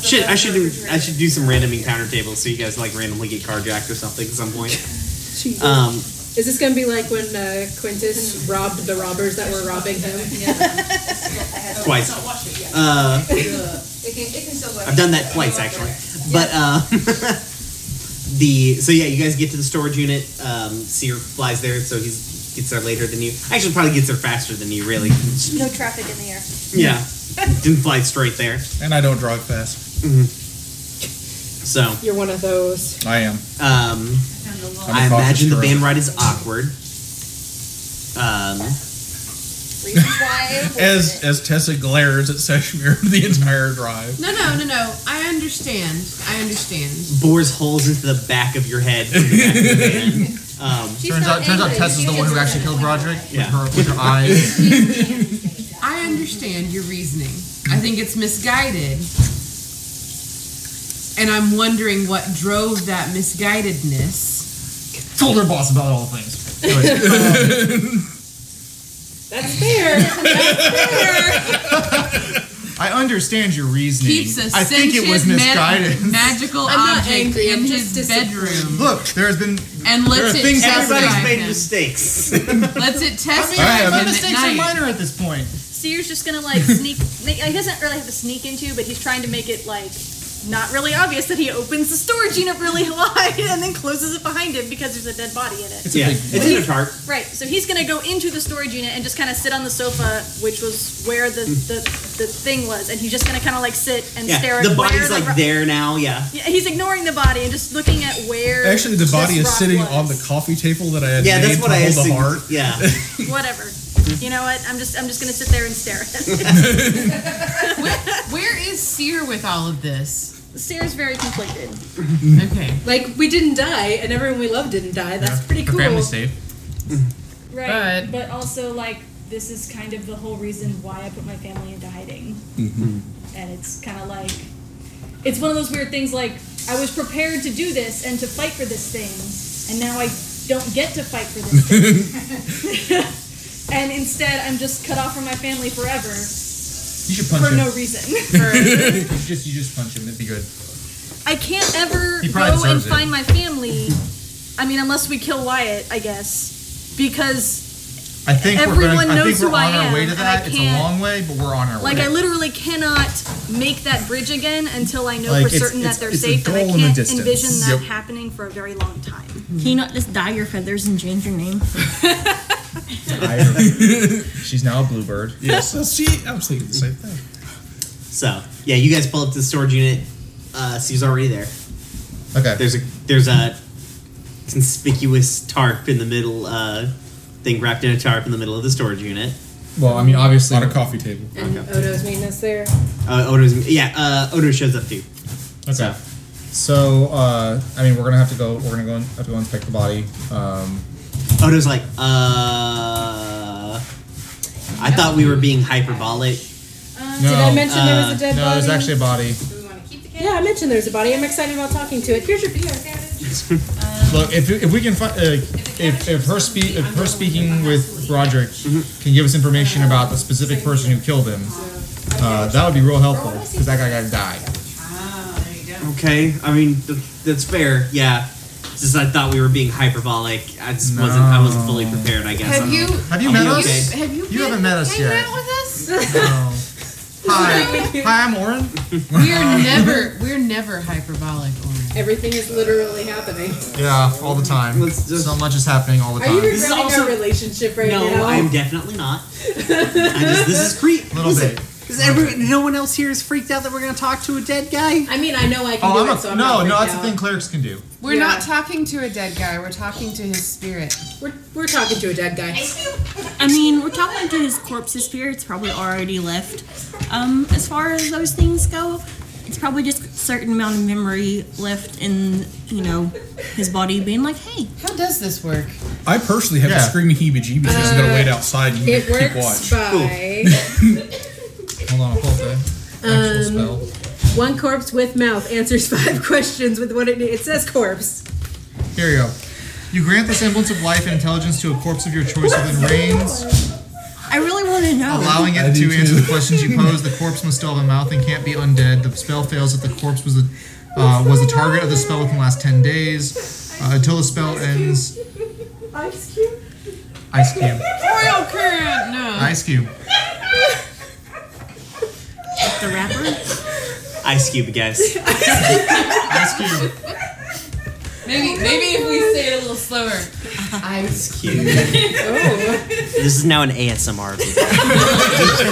E: Shit, I should do I should do some random encounter tables so you guys like randomly get carjacked or something at some point.
G: Jesus.
E: Um,
G: Is this gonna be like when uh, Quintus robbed the robbers that were robbing him?
E: twice. Uh,
O: It can, it can still go.
E: I've done that twice actually. But um, the so yeah, you guys get to the storage unit. Um, Seer flies there, so he gets there later than you. Actually, probably gets there faster than you, really.
O: No traffic in the air.
E: Yeah, didn't fly straight there.
C: And I don't drive fast.
E: hmm So
G: You're one of those.
C: I am.
E: Um,
C: I'm a
E: I imagine the
C: cautious
E: van
C: driver.
E: ride is awkward. Um,
C: as as Tessa glares at Seshmir the entire drive.
H: No, no, no, no. I understand. I understand.
E: bores holes into the back of your head. From the back of the van. Um,
H: She's Turns not out- turns out angry. Tess is the She one who gets
J: actually killed Roderick
E: Yeah.
J: with her with her eyes.
H: I understand your reasoning. I think it's misguided. And I'm wondering what drove that misguidedness.
J: Told her boss about all things.
G: That's fair.
J: I understand your reasoning.
H: Keeps a
J: I think it was
H: sentient ma-
J: misguided.
H: magical
G: I'm not
H: object
G: angry,
H: in
G: I'm just
H: his bedroom.
J: Look, there has been
H: And
J: there
H: lets
J: are
H: it
J: things
H: test
J: everybody's
H: drive
J: made.
H: him.
E: mistakes.
H: Let's it
J: I
H: test
J: mean, my
H: drive him at
J: mistakes are
H: night.
J: minor at this point.
O: Seer's just gonna like sneak. like, he doesn't really have to sneak into, but he's trying to make it like not really obvious that he opens the storage unit really wide and then closes it behind him because there's a dead body in it.
E: yeah, it's in a tart.
O: Right, so he's gonna go into the storage unit and just kind of sit on the sofa, which was where the the, the thing was, and he's just gonna kind of like sit and stare.
E: Yeah,
O: at
E: the
O: where
E: body's
O: the
E: like
O: ro-
E: there now. Yeah.
O: Yeah, he's ignoring the body and just looking at where.
C: Actually, the
O: this
C: body is
O: rock
C: sitting
O: was.
C: on the coffee table that I had
E: Yeah,
C: made
E: that's
C: to
E: what I
C: hold the
E: assumed.
C: heart.
E: Yeah.
O: Whatever. You know what? I'm just I'm just gonna sit there and stare at it.
H: Where is Seer with all of this?
O: Seer's very conflicted.
H: Okay.
G: Like we didn't die, and everyone we love didn't die. That's pretty cool.
O: Right. But, also like this is kind of the whole reason why I put my family into hiding.
C: Mm-hmm.
O: And it's kinda like it's one of those weird things like I was prepared to do this and to fight for this thing, and now I don't get to fight for this thing. and instead I'm just cut off from my family forever
C: You should punch
O: for
C: him.
O: no reason.
C: you just you just punch him. It'd be good.
O: I can't ever
C: He probably
O: go and
C: deserves it.
O: find my family. I mean, unless we kill Wyatt, I guess, because
J: I think we're
O: Everyone
J: gonna, I
O: knows
J: think we're
O: who I
J: on our way
O: am,
J: to
O: and I
J: that. It's a
O: can't-
J: long way, but we're on our
O: like
J: way.
O: I literally cannot make that bridge again until I know
J: Like,
O: for
J: it's-
O: certain
J: it's-
O: that they're
J: it's a
O: safe, and I
J: goal in the
O: can't
J: distance.
O: envision that
J: Yep.
O: happening for a very long time.
F: Can you not just dye your feathers and change your name?
C: She's now a bluebird. Yes, I see. I was thinking the same thing.
E: So yeah, you guys pull up to the storage unit. Uh, Sue's already there.
C: Okay.
E: There's a there's a conspicuous tarp in the middle. Uh, thing wrapped in a tarp in the middle of the storage unit.
C: Well, I mean, obviously on a coffee table.
G: And Odo's meeting us there.
E: Uh, Odo's yeah. Uh, Odo shows up too.
C: Okay. So, uh, I mean, we're gonna have to go. We're gonna go and have to go inspect the body. Um,
E: Odo's like, uh, I thought we were being hyperbolic.
G: did I mention there
J: uh,
G: was a dead
C: no, there's
G: body?
C: actually a body.
G: Yeah, I mentioned there's a body. I'm excited about talking to it. Here's your beer.
J: Look, if, if we can find, uh, if, if her spe- if her speaking with Roderick can give us information about the specific person who killed him, uh, that would be real helpful because that guy got to die.
E: Okay, I mean th- that's fair. Yeah, it's just I thought we were being hyperbolic. I just
J: No.
E: wasn't. I wasn't fully prepared. I guess.
H: Have
E: I'm-
H: you-
J: Have you
E: I'll
J: met
E: be
J: us?
E: okay.
H: Have you,
J: You haven't met us
H: hanging
J: yet.
H: out with us?
J: No. Hi, hi, I'm Oren.
H: We are never we're never hyperbolic Oren.
G: Everything is literally happening.
J: Yeah, all the time. so much is happening all the
G: Are
J: time.
G: you regretting our relationship right
E: no,
G: now?
E: I'm definitely not. I just, this is creep.
J: Little
E: Listen,
J: bit.
E: Is everyone? No one else here is freaked out that we're gonna talk to a dead guy.
G: I mean, I know I
J: Oh, I'm a, no, no. That's the thing clerics can do.
H: We're not talking to a dead guy, we're talking to his spirit.
G: We're, we're talking to a dead guy.
F: I mean, we're talking to his corpse. His spirit's probably already left. Um, as far as those things go, it's probably just certain amount of memory left in you know his body, being like, "Hey,
H: how does this work?"
C: I personally have
F: Yeah.
C: the screaming heebie-jeebies. I'm just gonna
G: Uh,
C: wait outside and you
G: It
C: can keep watch.
G: works by
C: Hold on, I'll pull up the actual
G: um,
C: spell.
G: one corpse with mouth answers five questions with what it it says corpse.
J: Here you go. You grant the semblance of life and intelligence to a corpse of your choice within range,
F: I really want to know."
J: allowing it to answer the questions you pose. The corpse must still have a mouth and can't be undead. The spell fails if the corpse was the uh, was the target of the spell within the last ten days. Uh, until the spell ends,
R: Ice cube.
J: ice cube,
H: Royal current. No.
J: ice cube.
H: The rapper.
E: Ice Cube, guys.
J: Ice Cube.
R: Maybe maybe if we say it a little slower. Ice
G: Oh.
E: Cube. This is now an ASMR video.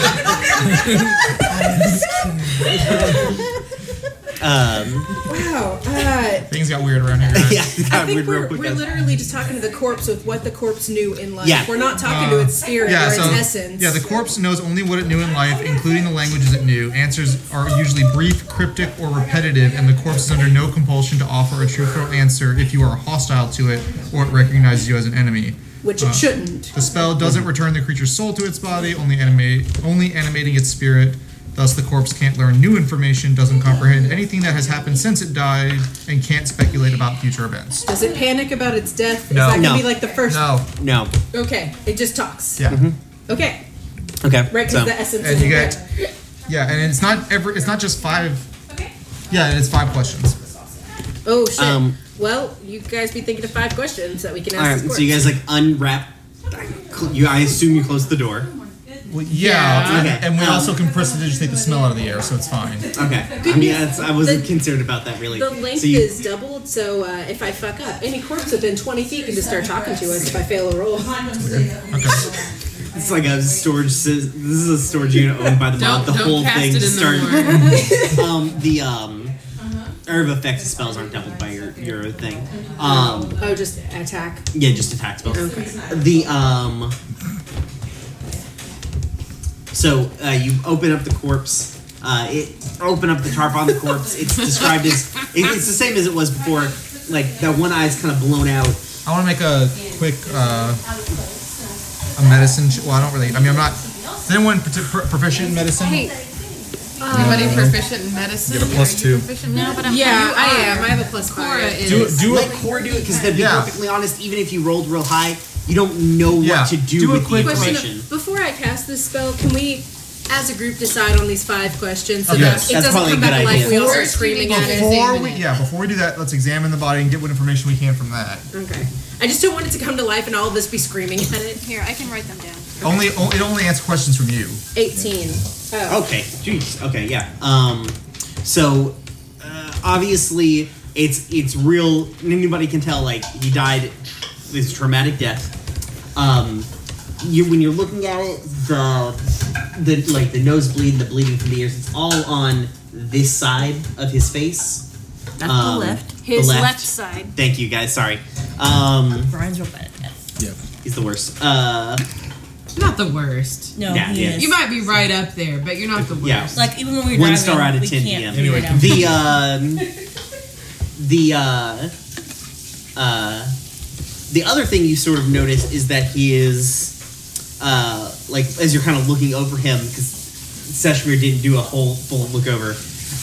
E: um,
G: Wow. Uh,
J: Things got weird around here.
E: yeah,
G: I think
E: real
G: we're,
E: quick,
G: we're
E: guys.
G: literally just talking to the corpse with what the corpse knew in life.
J: Yeah.
G: We're not talking
F: Uh,
G: to its spirit or its essence.
J: Yeah, the corpse knows only what it knew in life, including the languages it knew. Answers are usually brief, cryptic, or repetitive, and the corpse is under no compulsion to offer a truthful answer if you are hostile to it or it recognizes you as an enemy.
G: Which it
J: Uh,
G: shouldn't.
J: The spell doesn't return the creature's soul to its body, only animate, only animating its spirit. Thus, the corpse can't learn new information, doesn't comprehend anything that has happened since it died, and can't speculate about future events.
G: Does it panic about its death?
J: No.
G: Is that
J: No.
G: gonna be like the first?
J: No.
E: No.
G: Okay. It just talks.
J: Yeah.
G: Okay.
E: Okay.
G: Right, 'cause the essence
J: And
G: is
J: you
G: in
J: get, yeah, and it's not every, it's not just five. Yeah, and it's five questions.
G: Oh shit.
E: Um,
G: well, you guys be thinking of five questions that we can
E: all
G: ask.
E: right,
G: this corpse.
E: so you guys like unwrap. You, I assume you close the door.
J: Well, yeah,
E: Yeah.
J: and- and we
E: Okay. Um,
J: also can press it to just take the smell out of the air, so it's fine.
E: Okay. I mean, that's, I wasn't concerned about that really.
G: The length
E: so you,
G: is doubled, so uh, if I fuck up, any corpse within 20 feet can just start talking to us if I fail a roll. Oh,
E: It's like a storage. sys- This is a storage unit owned by the mob. The
G: Don't- don't
E: whole
G: cast
E: thing
G: it
E: just
G: in
E: started. um, the um, herb effects of spells aren't doubled by your your thing. Um,
G: oh, just attack.
E: yeah, just attack spells.
G: Okay.
E: The um. So uh, you open up the corpse. Uh, it open up the tarp on the corpse. It's described as it, it's the same as it was before. Like that one eye's kind of blown out.
J: I want to make a quick uh, a medicine. Ch- well, I don't really. I mean, I'm not. Is anyone parti- pro- proficient in medicine?
H: Hey. Anybody proficient in medicine?
J: Get a plus
H: Are you
J: two.
H: proficient? No, but I'm.
G: Uh, Yeah,
H: you
G: I
H: are.
G: am. I have a plus
H: Cora
G: five.
H: is.
E: let Core do it because to be
J: Yeah.
E: perfectly honest, even if you rolled real high, you don't know
J: Yeah.
E: what to do,
J: Do a
E: with the
J: quick
G: Question of-
E: information.
G: before I cast this spell, can we, as a group, decide on these five questions so
J: Okay.
G: that
J: Yes.
G: it
J: That's
G: doesn't
J: probably
G: come
J: a good
G: back to life?
J: idea.
G: We all
J: Before-
G: start screaming at it.
J: Before we, yeah, before we do that, let's examine the body and get what information we can from that.
G: Okay. I just don't want it to come to life and all of us be screaming at it. Here, I can write them down.
J: Only, o- it only answers questions from you.
G: 18. Oh.
E: Okay, jeez. Okay, yeah. Um, so uh, obviously, it's it's real. Anybody can tell. Like he died this traumatic death. Um, you when you're looking at it, the the like the nosebleed, the bleeding from the ears, it's all on this side of his face.
F: Not the left.
E: the
F: His left side.
E: Thank you, guys. Sorry. Um,
F: Brian's real bad at that.
E: yeah, he's the worst. Uh,
H: Not the worst.
F: No,
E: Yeah, he yeah. is.
H: You might be right up there, but you're not the worst.
E: Yeah.
F: Like even when we were
E: one
F: driving,
E: star out of
F: we
E: ten.
F: can't
E: yeah.
F: figure it out.
E: the um, the uh, uh, the other thing you sort of notice is that he is uh, like as you're kind of looking over him because Seshmir didn't do a whole full look over.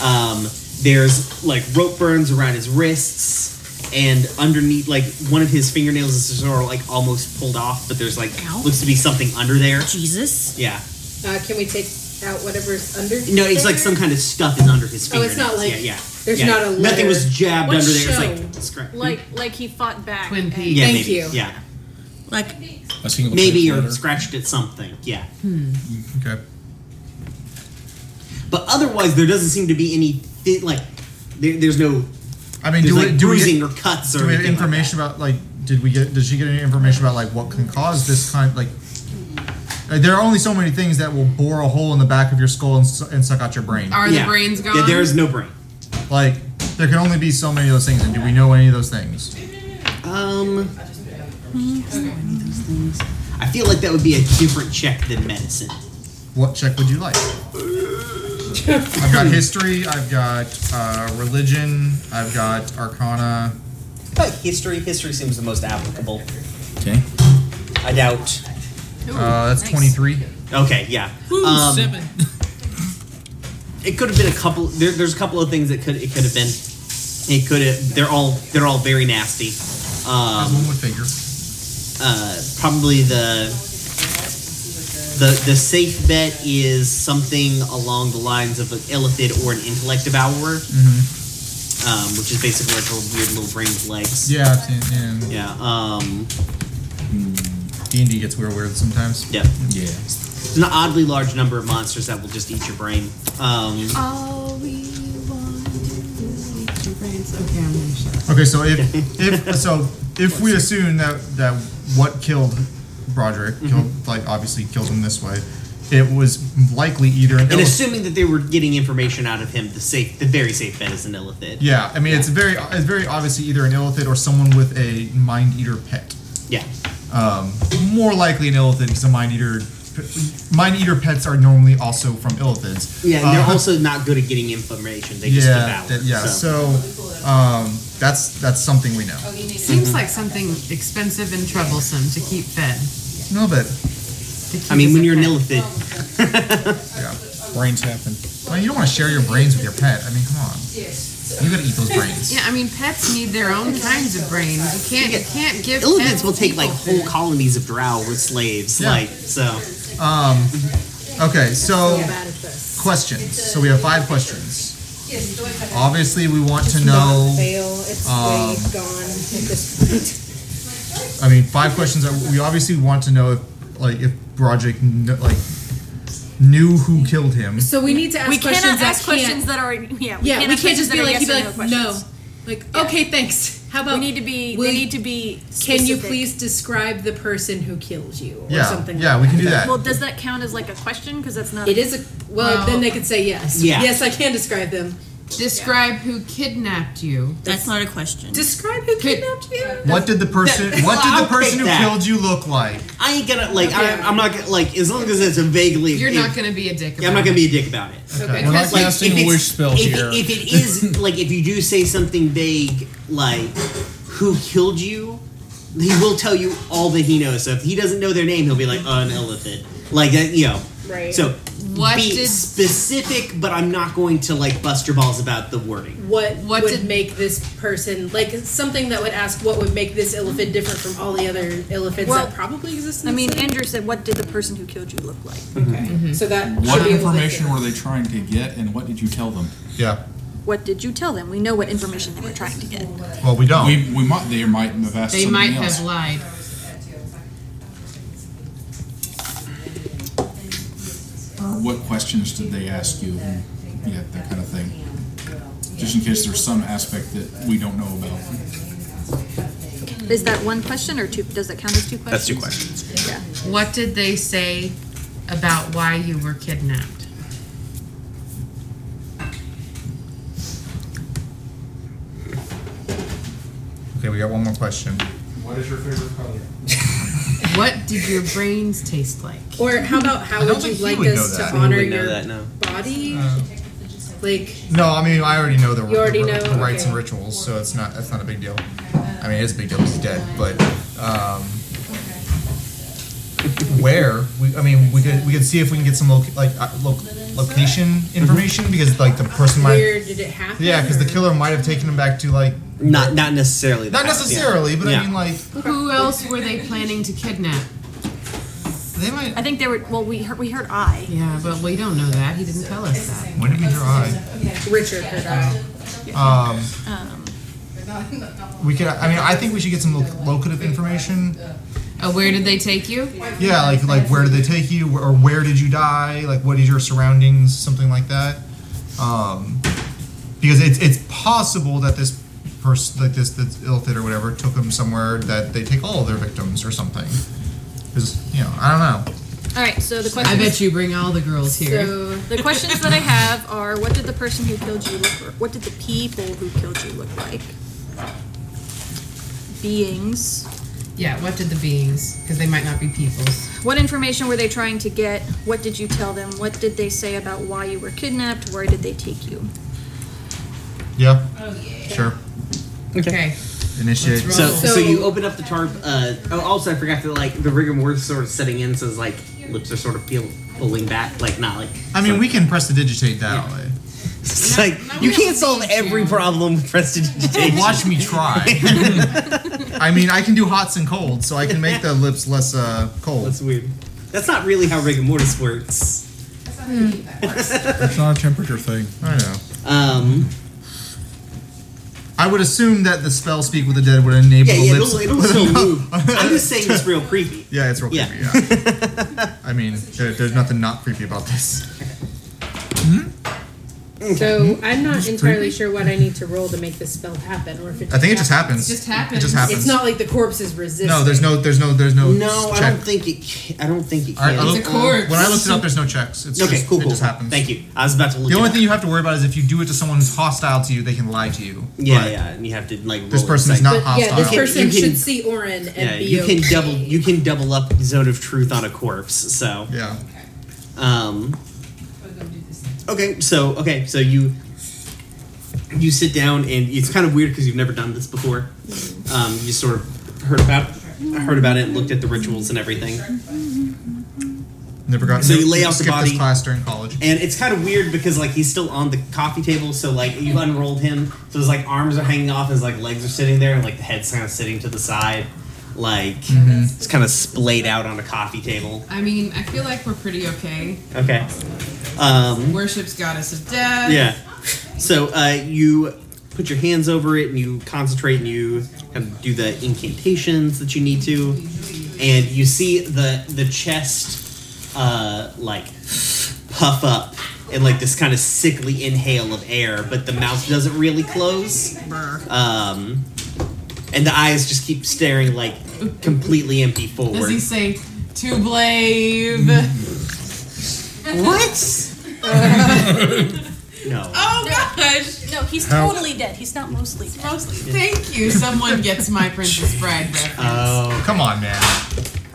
E: Um, there's like rope burns around his wrists. And underneath, like one of his fingernails is sort of like almost pulled off, but there's like
G: Ow.
E: looks to be something under there.
F: Jesus.
E: Yeah.
G: Uh, can we take out whatever's under?
E: No, it's like some kind of stuff is under his
G: Oh,
E: fingernails.
G: it's not like-
E: yeah, yeah.
G: there's
E: yeah.
G: not a
E: nothing
G: letter.
E: was jabbed
O: What's
E: under there. It's
O: shown?
E: like scra-
O: like like he fought back. Twin
E: yeah, maybe. Yeah,
F: Like
C: A single
E: maybe
C: page
E: or
C: letter.
E: scratched at something. Yeah,
J: Okay.
E: but otherwise there doesn't seem to be any thi- like there, there's no.
J: I mean,
E: there's
J: do
E: like
J: it, do we
E: bruising
J: get,
E: or cuts
J: do
E: or
J: we have
E: anything. like-
J: information about like? Did we get? Did she get any information about like what can cause this kind? Like, like, there are only so many things that will bore a hole in the back of your skull and, su- and suck out your brain.
H: Are the brains gone?
E: Yeah, there is no brain.
J: Like, there can only be so many of those things. And do we know any of those things?
E: Um, I feel like that would be a different check than medicine.
J: What check would you like? I've got history. I've got uh, religion. I've got arcana.
E: But history, history seems the most applicable.
C: Okay.
E: I doubt.
J: Uh, that's 23.
E: Okay, yeah.
C: Woo,
E: Um,
C: seven.
E: It could have been a couple. There, there's a couple of things that could it could have been. It could have. They're all they're all very nasty. Um,
C: one would figure.
E: Uh, probably the the the safe bet is something along the lines of an illithid or an intellect devourer, um, which is basically like a weird little brain with legs.
J: Yeah, I've seen,
E: Yeah.
J: yeah.
E: Um,
J: D and D gets weird, weird sometimes.
E: Yeah.
C: Yeah.
E: It's an oddly large number of monsters that will just eat your brain. Um,
H: All we want is eat your brains. Okay, I'm gonna shut up.
J: Okay, so if if so if we assume that that what killed Broderick
E: Mm-hmm.
J: killed like obviously killed him this way, it was likely either an
E: and
J: illithid-
E: assuming that they were getting information out of him, the safe, the very safe bet is an illithid.
J: yeah, I mean it's very it's very obviously either an illithid or someone with a mind eater pet.
E: Yeah.
J: Um, more likely an illithid because a mind eater mind eater pets are normally also from illithids.
E: Yeah, and they're
J: Uh,
E: also not good at getting information. They just devour.
J: that- yeah. So, um, that's that's something we know.
H: Seems like something expensive and troublesome to keep fed.
J: A little bit.
E: I mean, when you're an illithid,
J: yeah, brains happen. Well, you don't want to share your brains with your pet. I mean, come on. You gotta eat those brains.
H: Yeah, I mean pets need their own kinds of brains. You can't you can't give
E: illithids
H: pets
E: will take like whole colonies of drow with slaves.
J: Yeah.
E: Like so.
J: Um, okay, so
R: Yeah. bad at this.
J: questions. So we have five questions.
R: Yes,
J: Obviously, we want to
R: Just
J: know.
R: not fail. It's
J: um,
R: way gone at this point.
J: I mean, five questions. That we obviously want to know if, like, if Broderick, kn- like, knew who killed him.
R: So we need to ask
O: we
R: questions
O: cannot
R: that
O: ask questions
R: can't-
O: that are yeah.
R: yeah, we
O: ask
R: can't just
O: questions that
R: be
O: are
R: like,
O: yes
R: you'd be
O: or
R: like, no. Like, okay, thanks. How about
O: We need to be.
R: will
O: They
R: you-
O: need to be. Specific.
R: Can you please describe the person who killed you or
J: Yeah,
R: something?
J: yeah,
R: like
J: we can do that.
O: Well, does that count as like a question? Because that's not.
R: It is a well, then they could say yes.
J: Yeah.
R: Yes, I can describe them.
H: Describe who kidnapped you.
F: That's not a question.
R: Describe who kidnapped you.
J: What did the person? What did
E: I'll
J: the person
E: take
J: who
E: that.
J: killed you look like?
E: I ain't gonna like.
J: Okay.
E: I, I'm not gonna like. As long as it's a vaguely.
H: You're
E: it-
H: not gonna be a dick.
E: Yeah, I'm not gonna be a dick about it.
H: Okay. We're not casting
E: if
H: a
E: it's-
H: wish spell
E: if,
H: here.
E: If it is like if you do say something vague like who killed you, he will tell you all that he knows. So if he doesn't know their name, he'll be like "Uh, an elephant. Like that, you know.
R: Right.
E: So
R: What
E: be
R: did-
E: specific, but I'm not going to like bust your balls about the wording.
R: What, would make this person like something that would ask what would make this elephant different from all the other elephants
O: Well,
R: that probably exist? In
O: I
R: the
O: mean,
R: city?
O: Andrew said, "What did the person who killed you look like?"
R: Okay. So that should
P: What
R: be able to
P: information were they trying to get, and what did you tell them?
J: Yeah.
O: What did you tell them? We know what information they were trying to get.
J: Well, we don't.
P: We, we might. They might have asked.
H: Oh. They
P: something
H: might
P: else.
H: have lied.
P: Or what questions did they ask you? And, yeah, that kind of thing. Just in case there's some aspect that we don't know about.
O: Is that one question or two? Does that count as two questions?
P: That's two questions.
O: Yeah.
H: What did they say about why you were kidnapped?
J: Okay, we got one more question.
Q: What is your favorite color?
H: What did your brains taste like?
R: or how about
J: I
R: how would
J: don't
R: you
J: think he
R: like
J: would
R: us
J: know
R: to
J: that.
R: honor
J: He would know
R: your
J: that, no.
R: body?
J: Uh,
R: like
J: No, I mean I already know the,
R: You already
J: the,
R: know?
J: the rites
R: Okay.
J: and rituals, so it's not that's not a big deal. I mean, it's a big deal. He's dead, but um, where we, I mean, we could we could see if we can get some loca- like uh, lo- location
E: Mm-hmm.
J: information because like the person
R: where
J: might
R: did it happen?
J: yeah because the killer might have taken him back to like
E: not not necessarily
J: not
E: the house,
J: necessarily,
E: yeah.
J: but
E: Yeah.
J: I mean like
H: Who else were they planning to kidnap?
J: They might.
O: I think they were. Well, we heard. We heard I.
H: Yeah, but we don't know that. He didn't tell us that.
J: when did we drive?
R: Richard heard I.
J: Um,
O: Um,
J: we could. I mean, I think we should get some lo- locative information.
H: Uh, where did they take you?
J: Yeah, like like where did they take you, or where did you die? Like what is your surroundings, something like that. Um, because it's it's possible that this person, like this this illithid or whatever, took them somewhere that they take all of their victims or something. Because you know, I don't know.
O: all right. So the
H: I
O: question.
H: bet you bring all the girls here.
O: So the questions that I have are: What did the person who killed you look? What did the people who killed you look like? Beings.
H: Yeah, what did the beings? Because they might not be peoples.
O: What information were they trying to get? What did you tell them? What did they say about why you were kidnapped? Where did they take you?
J: Yeah.
H: Oh, yeah.
J: Sure.
H: Okay.
J: Initiate.
E: So, so, you open up the tarp. Uh, oh, also, I forgot that like the rigor mortis sort of setting in, so it's like lips are sort of peel, pulling back, like not like.
J: I mean, we can press the digitate that way.
E: It's like you can't solve every problem with prestidigitation.
J: Watch me try. I mean, I can do hots and colds, so I can make the lips less uh, cold. That's
E: weird. That's not really how rigor mortis works.
C: It's not a temperature thing.
J: I know.
E: Um,
J: I would assume that the spell Speak with the Dead would enable
E: Yeah,
J: the
E: yeah,
J: lips.
E: it'll, it'll still move. I'm just saying it's real creepy.
J: yeah, it's real
E: Yeah.
J: creepy. Yeah. I mean, there, there's nothing not creepy about this.
G: So I'm not entirely sure what I need to roll to make this spell happen, or if it.
J: I think it just happens. It just happens. It just happens.
G: It's not like the corpse is resisting.
J: No, there's no, there's no, there's no.
E: No, I
J: check.
E: don't think it. ca- I don't think it
J: All right,
E: can.
J: I looked- When I looked it up, there's no checks. It's
E: okay,
J: just,
E: cool,
J: It
E: cool.
J: just happens.
E: Thank you. I was about to look.
J: The
E: it
J: only
E: up.
J: thing you have to worry about is if you do it to someone who's hostile to you, they can lie to you.
E: Yeah,
J: But
E: yeah, and you have to like.
J: This
E: roll
J: person
E: it.
J: is not
G: But yeah,
J: hostile.
G: this
E: You can-
G: person
E: you can-
G: should see Orin and
E: Yeah,
G: be
E: you can
G: okay.
E: double. You can double up zone of truth on a corpse. So
J: yeah.
E: Um. Okay. So okay. So you you sit down and it's kind of weird because you've never done this before. Um, you sort of heard about heard about it, looked at the rituals and everything.
J: Never got.
E: So you lay out the
J: skipped
E: body.
J: This class during college.
E: And it's kind of weird because like he's still on the coffee table, so like you unrolled him, so his like arms are hanging off, his like legs are sitting there, and like the head's kind of sitting to the side, like it's kind of splayed out on a coffee table.
H: I mean, I feel like we're pretty okay.
E: Okay. Um,
H: Worships goddess of death.
E: Yeah. So uh, you put your hands over it and you concentrate and you kind of do the incantations that you need to, and you see the the chest uh, like puff up and like this kind of sickly inhale of air, but the mouth doesn't really close, um, and the eyes just keep staring like completely empty
H: Does he
E: forward.
H: say to blave?
J: Mm.
E: What? no.
H: Oh gosh!
O: No, he's
E: How-
O: totally dead. He's not mostly dead.
H: Mostly. Thank you. Someone gets my Princess Bride reference.
E: Oh,
J: come on, man.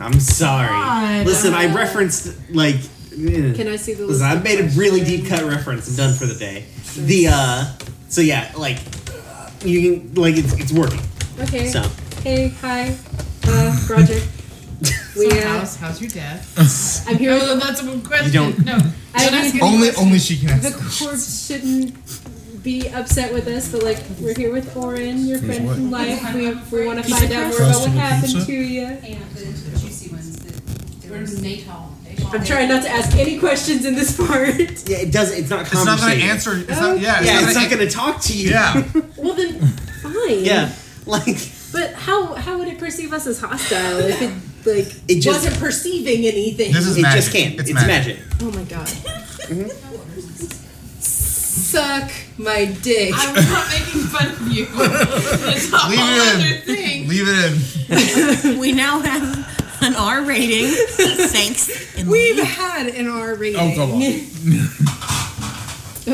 E: I'm sorry.
H: God.
E: Listen, I referenced like. eh,
G: Can I see the list
E: Listen, I
G: of
E: made a really deep cut reference. I'm done for the day. The uh, so yeah, like you can like it's, it's working.
G: Okay.
E: So
G: Hey, hi, uh, Roger. we
H: So
G: uh,
H: how's, how's your death?
G: I'm here.
H: Oh, that's a question.
J: You don't-
H: No.
G: I
H: Don't
G: mean-
H: ask any
J: Only,
H: questions.
J: only she can. Ask.
G: the corpse shouldn't be upset with us, but like we're here with Orin, your friend
J: what?
G: from life. We, we want to
H: Pizza
G: find out more
H: crust?
G: about
H: Crust
G: what happened
H: pizza?
G: to you.
S: And the, the juicy ones that there was Natal.
G: I'm trying not to ask any questions in this part.
E: yeah, it does. It's not.
J: It's not gonna
E: conversating.
J: answer. It's
G: Oh.
J: not. Yeah.
E: yeah, it's
J: gonna-
E: not going to talk to you.
J: Yeah.
G: Well then, fine.
E: yeah, like
G: But how how would it perceive us as hostile if it like
E: It just-
G: wasn't perceiving anything?
E: it just can't. It's, magic.
G: Oh my god.
J: Mm-hmm.
G: Suck my dick.
H: I'm not making fun of you. It's a
J: Leave
G: Oh,
H: whole
J: it in.
H: other thing.
J: Leave it in.
F: we now have an R rating. Thanks. And
G: We've had an R rating.
F: Oh, come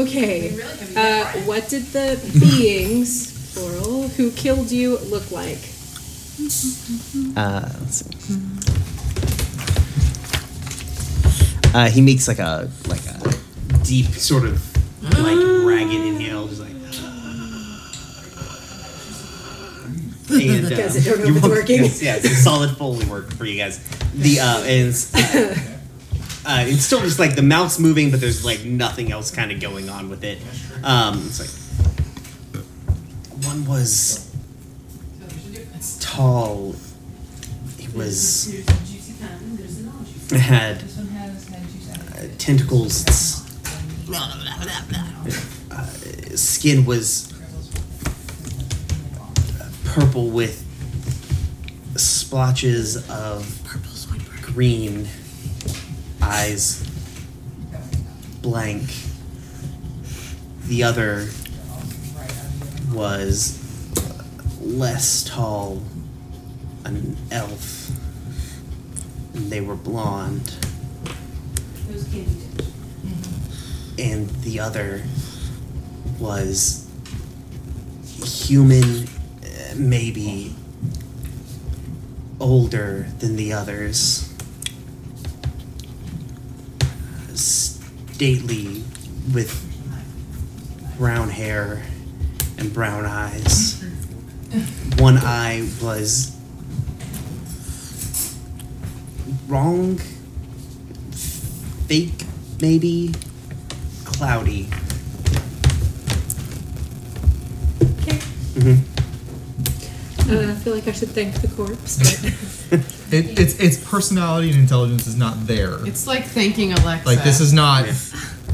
G: okay. Uh, what did the beings, plural, who killed you look like?
E: Uh, let's see. Uh, he makes like a like a deep sort of like ragged inhale, just like. And, uh,
G: Guys, I don't know if
E: you
G: it's
E: won't-
G: working.
E: Yes, yeah, it's a solid Foley work for you guys. The uh, and it's, uh, uh, it's still just like the mouth's moving, but there's like nothing else kind of going on with it. Um, it's like one was tall. He was had uh, tentacles. Its uh, skin was purple with splotches of green. Eyes blank. The other was less tall, an elf. And they were blonde. and the other was human, uh, maybe older than the others. Stately with brown hair and brown eyes. One eye was wrong, fake, maybe, cloudy. Mhm.
G: Uh, I feel like I should thank the corpse. But
J: It, it's its personality and intelligence is not there.
H: It's like thanking Alexa.
J: Like this is not.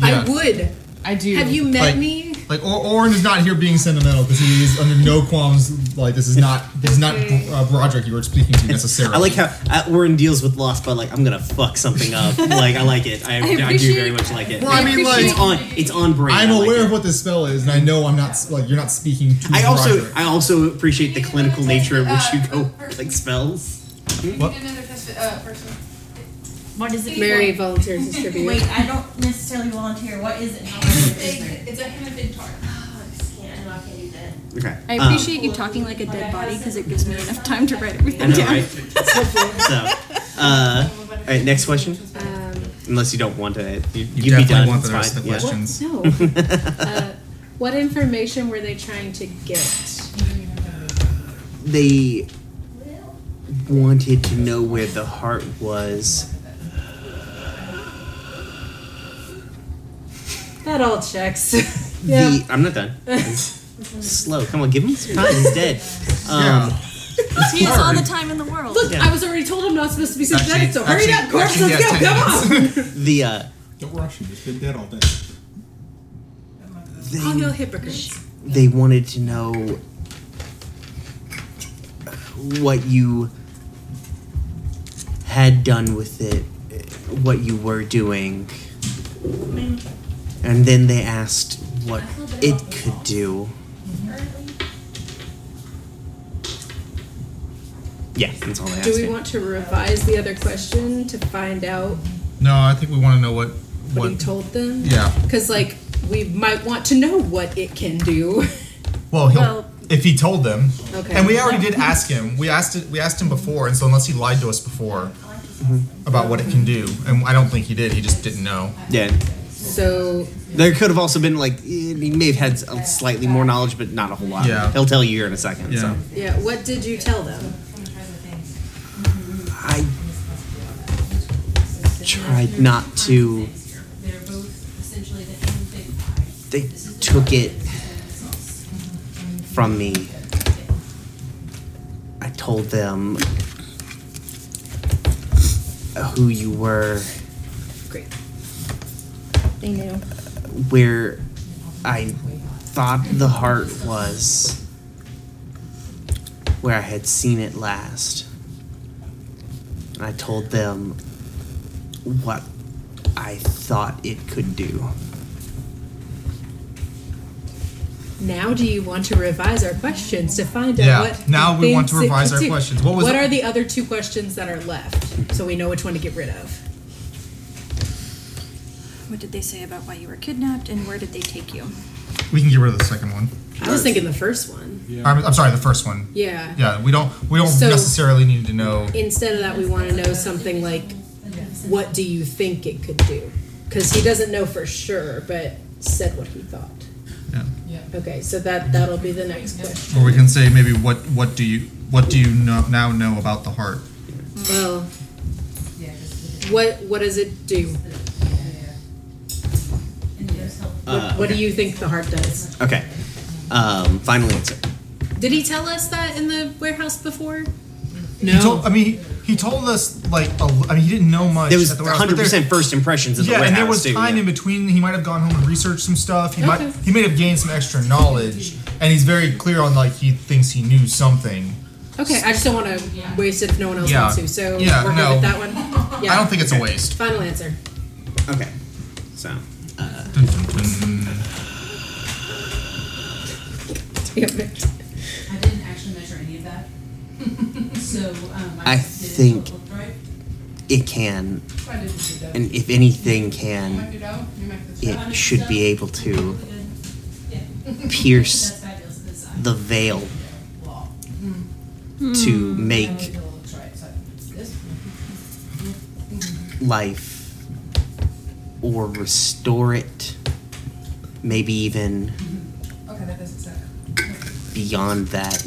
G: I
J: Yeah.
G: would.
H: I do.
G: Have you met
J: Like-
G: me?
J: Like or- Orin is not here being sentimental because he is under no qualms. Like this is not this is not uh, Broderick you were speaking to necessarily.
E: I like how uh, Warren deals with loss by like I'm gonna fuck something up. like I like it. I,
J: I
E: I, do
J: appreciate-
E: very much like it.
J: Well, I mean, like-
E: it's on it's on brand.
J: I'm
E: I like
J: aware
E: it.
J: of what this spell is, and I know I'm not like you're not speaking to.
E: I also
J: Broderick.
E: I also appreciate the clinical nature at which
J: Uh,
E: you go like spells.
J: What?
S: Another test, uh, person.
F: What is it?
G: Mary
F: for?
G: volunteers distribute.
F: Wait, I don't necessarily volunteer. What is it? How much is there?
S: It's a ham and fig tart.
F: Oh, I just can't. I know I can't do that.
E: Okay.
O: I
E: um,
O: appreciate you talking like a dead body because it gives me enough time to write everything
E: I know,
O: down.
E: right? so, uh, all right. Next question.
J: Um,
E: Unless you don't want to, you, you,
C: definitely
E: be done.
C: want
E: it's
C: the rest
E: fine,
C: of the
E: yeah.
C: questions.
G: No. uh, what information were they trying to get?
E: they wanted to know where the heart was.
G: That all checks.
E: The I'm not done. Slow. Come on, give him some time. He's dead. Um,
O: He has all the time in the world.
G: Look,
E: Yeah.
G: I was already told I'm not supposed to be sympathetic, so hurry
E: actually-
G: up, corpse.
E: actually,
G: Let's
E: yeah,
G: go.
E: ten
G: Come on.
E: the uh,
P: Don't rush him. He's been dead all day.
E: they,
G: Oh no, hypocrites.
E: they wanted to know what you had done with it, what you were doing, and then they asked what it could do. Yeah, that's all they asked.
G: Do we want to revise the other question to find out
J: No, I think we want to know what
G: what
J: what.
G: he told them?
J: Yeah.
G: Because like we might want to know what it can do.
J: Well, he'll,
G: Well-
J: if he told them,
G: Okay.
J: and we already did ask him. We asked it. We asked him before, and so unless he lied to us before about what it can do, and I don't think he did. He just didn't know.
E: Yeah.
G: So
E: There could have also been like eh, he may have had a slightly more knowledge, but not a whole lot.
J: Yeah.
E: he'll tell you here in a second. So
G: yeah, what did you tell them?
E: I tried not to.
S: They're both essentially the ham and fig pie.
E: They took it from me. I told them who you were,
G: Great.
O: They knew.
E: where I thought the heart was, where I had seen it last. And I told them what I thought it could do.
G: Now, do you want to revise our questions to find out
J: Yeah,
G: what?
J: now
G: it
J: we want
G: thinks
J: to
G: it
J: revise
G: could
J: our
G: do?
J: questions. What was
G: What
J: the-
G: are the other two questions that are left, so we know which one to get rid of?
O: What did they say about why you were kidnapped and where did they take you?
J: We can get rid of the second one.
G: I was thinking the first one.
J: I'm, I'm sorry, the first one.
G: Yeah.
J: Yeah, we don't we don't
G: So-
J: necessarily need to know.
G: Instead of that, we want to know something like, what do you think it could do? Because he doesn't know for sure, but said what he thought. Yeah. Okay, so that that'll be the next question.
J: Or we can say maybe what what do you what do you know, now know about the heart?
G: Well, what what does it do? What,
E: Uh,
G: what do you think the heart does?
E: Okay. Um, final answer.
G: Did he tell us that in the warehouse before?
J: No, he told, I mean he told us like a, I mean he didn't know much.
E: There was
J: at the warehouse, but
E: 100 percent first impressions of
J: Yeah,
E: the warehouse
J: and there was
E: too.
J: time
E: yeah.
J: in between. He might have gone home and researched some stuff. He
E: Okay.
J: might he may have gained some extra knowledge, and he's very clear on like he thinks he knew something.
G: Okay, I just don't want to waste it if no one else
J: Yeah.
G: wants to. So
J: Yeah,
G: we're good
J: no.
G: with that one. Yeah.
J: I don't think it's a waste.
G: Final answer.
E: Okay. So. Uh,
J: Dun, dun, dun.
G: Damn it.
S: I didn't actually measure any of that. So, um.
E: I
S: just did
E: think
S: what looked right.
E: it can,
S: Try to do that.
E: and if anything
S: Knock
E: can,
S: it out, you make the- I
E: it
S: make
E: should
S: the-
E: be able to
S: Yeah.
E: pierce
S: That's fabulous, this
E: the veil
S: wall.
E: to make life or restore it, maybe even
S: Mm-hmm. Okay, that doesn't sound.
E: beyond that.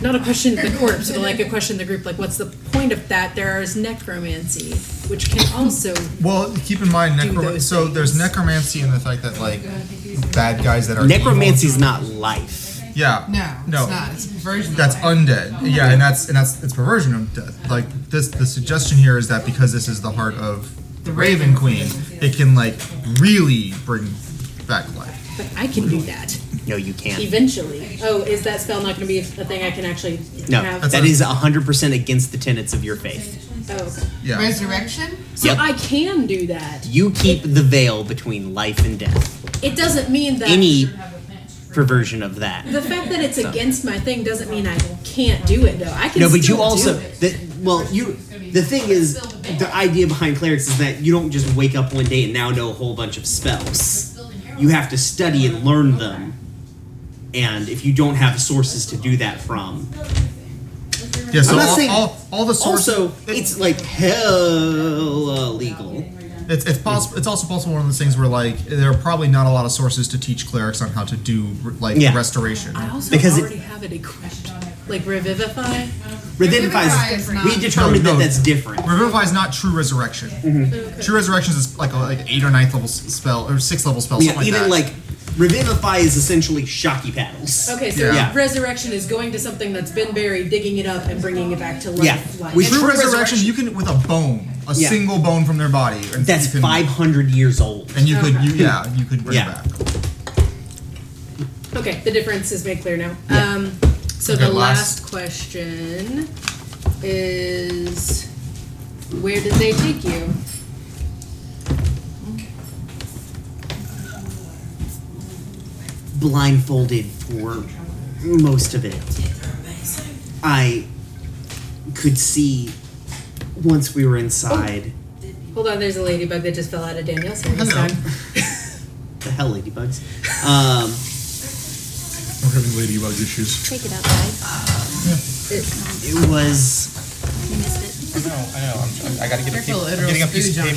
G: Not a question to the corpse, but like a question to the group. Like, what's the point of that? There is necromancy, which can also
J: Well, keep in mind,
G: Do
J: necrom-
G: those
J: so there's necromancy and the fact that like bad guys that are
E: Necromancy is
J: evil-
E: not life.
J: Yeah.
H: No,
J: No.
H: it's not. It's a perversion. of
J: That's
H: life.
J: undead. Yeah, and that's and that's it's perversion of death. Like this, the suggestion here is that because this is the heart of the Raven Queen, it can like really bring back life.
G: But I can do that
E: No, you can't.
G: eventually. Oh, is that spell not going to be a thing I can actually
E: No,
G: have?
E: that is 100% against the tenets of your faith.
G: Oh, okay.
J: Yeah.
H: Resurrection?
G: So
E: Yep.
G: I can do that.
E: You keep the veil between life and death.
G: It doesn't mean that
E: Any perversion of that.
G: the fact that it's against my thing doesn't mean I can't do it though. I can.
E: No, but
G: still
E: you also
G: do it.
E: the, well, you the thing is the idea behind clerics is that you don't just wake up one day and now know a whole bunch of spells. You have to study and learn them. And if you don't have sources to do that from,
J: Yeah. So
E: I'm not
J: all,
E: saying-
J: all, all the sources.
E: also it's like hell illegal.
J: It's, it's possible. It's also possible one of those things where like there are probably not a lot of sources to teach clerics on how to do like
E: Yeah.
J: restoration.
G: I also
J: Because it-
G: already have it equipped, like revivify.
E: Revivify is- Revivify is we not- determined that that's different.
J: Revivify is not true resurrection. True resurrection is like a like eight or ninth level s- spell or sixth level spell.
E: Yeah,
J: something
E: even
J: like,
E: like revivify is essentially shocky paddles.
G: Okay, so
E: yeah,
G: resurrection is going to something that's been buried, digging it up, and bringing it back to life.
E: Yeah.
G: life.
J: with true resurrection, you can with a bone, a
E: Yeah.
J: single bone from their body. And
E: That's
J: you can-
E: 500 years old.
J: And you could, you,
E: Okay.
J: yeah, you could bring
E: Yeah.
J: back.
G: Okay, the difference is made clear now.
E: Yeah.
G: Um, so
J: Okay,
G: the
J: last-
G: last, question is, where did they take you?
E: blindfolded for most of it. I could see once we were inside.
G: Hold on, there's a ladybug that just fell out of Danielle's hand
J: Oh,
G: this
E: Hello.
G: time.
E: The hell, ladybugs. Um,
P: We're having ladybug issues.
G: Take it out, guys.
E: it was.
Q: I know, I know. I'm, I gotta get
H: Careful,
Q: a, piece,
H: it'll
Q: I'm getting a piece
H: spooge
Q: of
H: on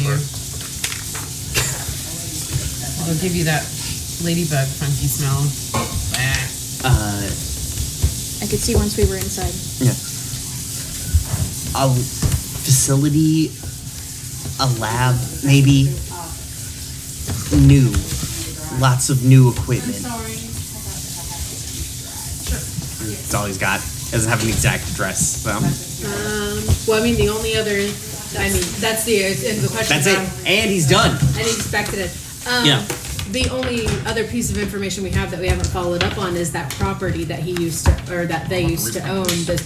Q: paper.
H: It'll give you that ladybug funky smell.
E: Uh,
T: I could see once we were inside.
E: yeah. A facility, a lab, maybe. New. Lots of new equipment. It's all he's got. He doesn't have an exact address, so.
G: Um, well, I mean, the only other, I mean, that's the end of the question.
E: That's it. And he's done.
G: I didn't expect it. Um,
E: Yeah.
G: The only other piece of information we have that we haven't followed up on is that property that he used to, or that they used to own, the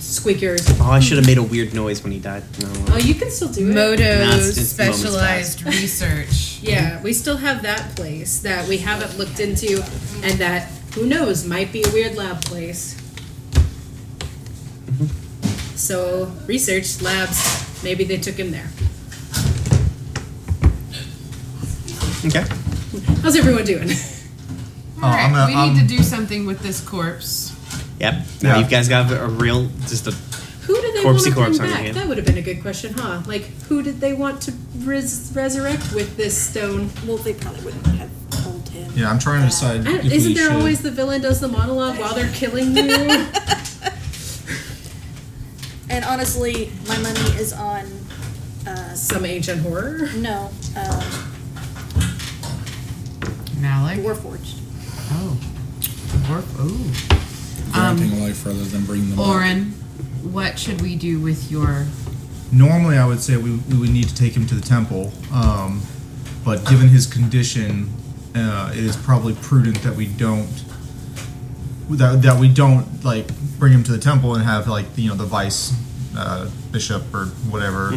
G: squeakers.
E: Oh, I should have made a weird noise when he died. No, uh,
G: Oh, you can still do it.
E: Nah, it's-
H: Moto's
E: it's moments
H: specialized research.
G: Yeah, we still have that place that we haven't looked into, and that who knows might be a weird lab place.
E: Mm-hmm.
G: So research labs, maybe they took him there.
E: Okay.
G: How's everyone doing?
E: Oh, I'm
H: Alright,
E: a-
H: we
E: I'm-
H: need to do something with this corpse.
E: Yep. Now you guys got a real, just a.
G: Who did they
E: Corpsey
G: want
E: corpse
G: to
E: on your
G: bring back?
E: hand.
G: That would have been a good question, huh? Like, who did they want to res- resurrect with this stone? Well, they probably wouldn't have.
J: Yeah, I'm trying to decide. if we
G: Isn't there
J: should-
G: always the villain does the monologue while they're killing you?
T: And honestly, my money is on uh,
G: some ancient horror.
T: No, uh,
H: Malik?
T: Warforged.
H: Oh. Warp, oh.
C: Granting
H: Um,
C: life rather than bringing them. back.
H: Oren, what should we do with your.
J: Normally, I would say we, we would need to take him to the temple, um, but given his condition, uh, it is probably prudent that we don't that, that we don't like bring him to the temple and have like you know the vice uh, bishop or whatever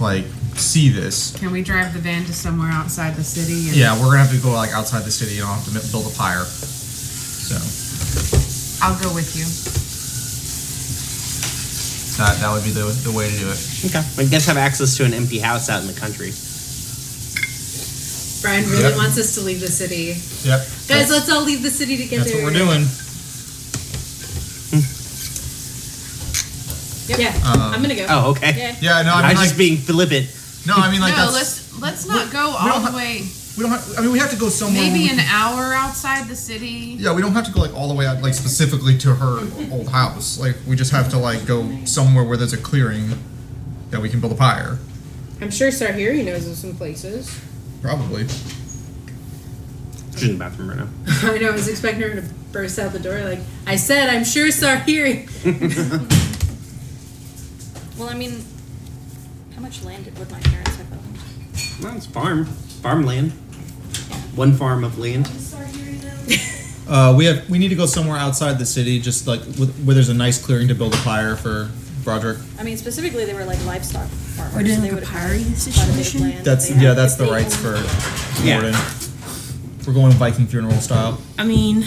J: like see this.
H: Can we drive the van to somewhere outside the city? And
J: Yeah, we're gonna have to go like outside the city. You don't have to mi- build a pyre. So
H: I'll go with you.
J: that that would be the, the way to do it.
E: Okay. Well, you guys have access to an empty house out in the country.
G: Brian really
E: Yep.
G: wants us to leave the city.
J: Yep.
G: Guys, let's all leave the city together.
J: That's what we're doing.
G: Yeah,
J: Um,
G: I'm gonna go.
E: Oh, okay.
J: Yeah, no, I mean,
E: am
J: like-
E: just being flippant.
J: No, I mean like
H: no,
J: that's
H: let's let's not go
J: we
H: all
J: don't
H: the
J: ha-
H: way.
J: we don't. Have, I mean, we have to go somewhere. where
H: Maybe
J: we
H: an
J: can-
H: hour outside the city.
J: Yeah, we don't have to go like all the way out, like specifically to her old house. Like we just have to like go somewhere where there's a clearing that we can build a pyre,
G: I'm sure Sarhiri knows of some places.
J: probably.
E: She's in the bathroom right now.
G: I know. I was expecting her to burst out the door. Like I said, I'm sure Sarhiri.
U: Well, I mean, how much land did, would my parents have owned?
E: No, it's farm, farmland. One farm of land.
J: Uh, we have we need to go somewhere outside the city, just like with, where there's a nice clearing to build a pyre for Broderick.
U: I mean, specifically, they were like livestock farmers.
F: We're doing
U: they
F: a
U: would have
F: papyri
U: had quite a bit of land that
J: That's
U: they had.
J: yeah, that's the rights for Warden. We're going Viking funeral style,
F: I mean,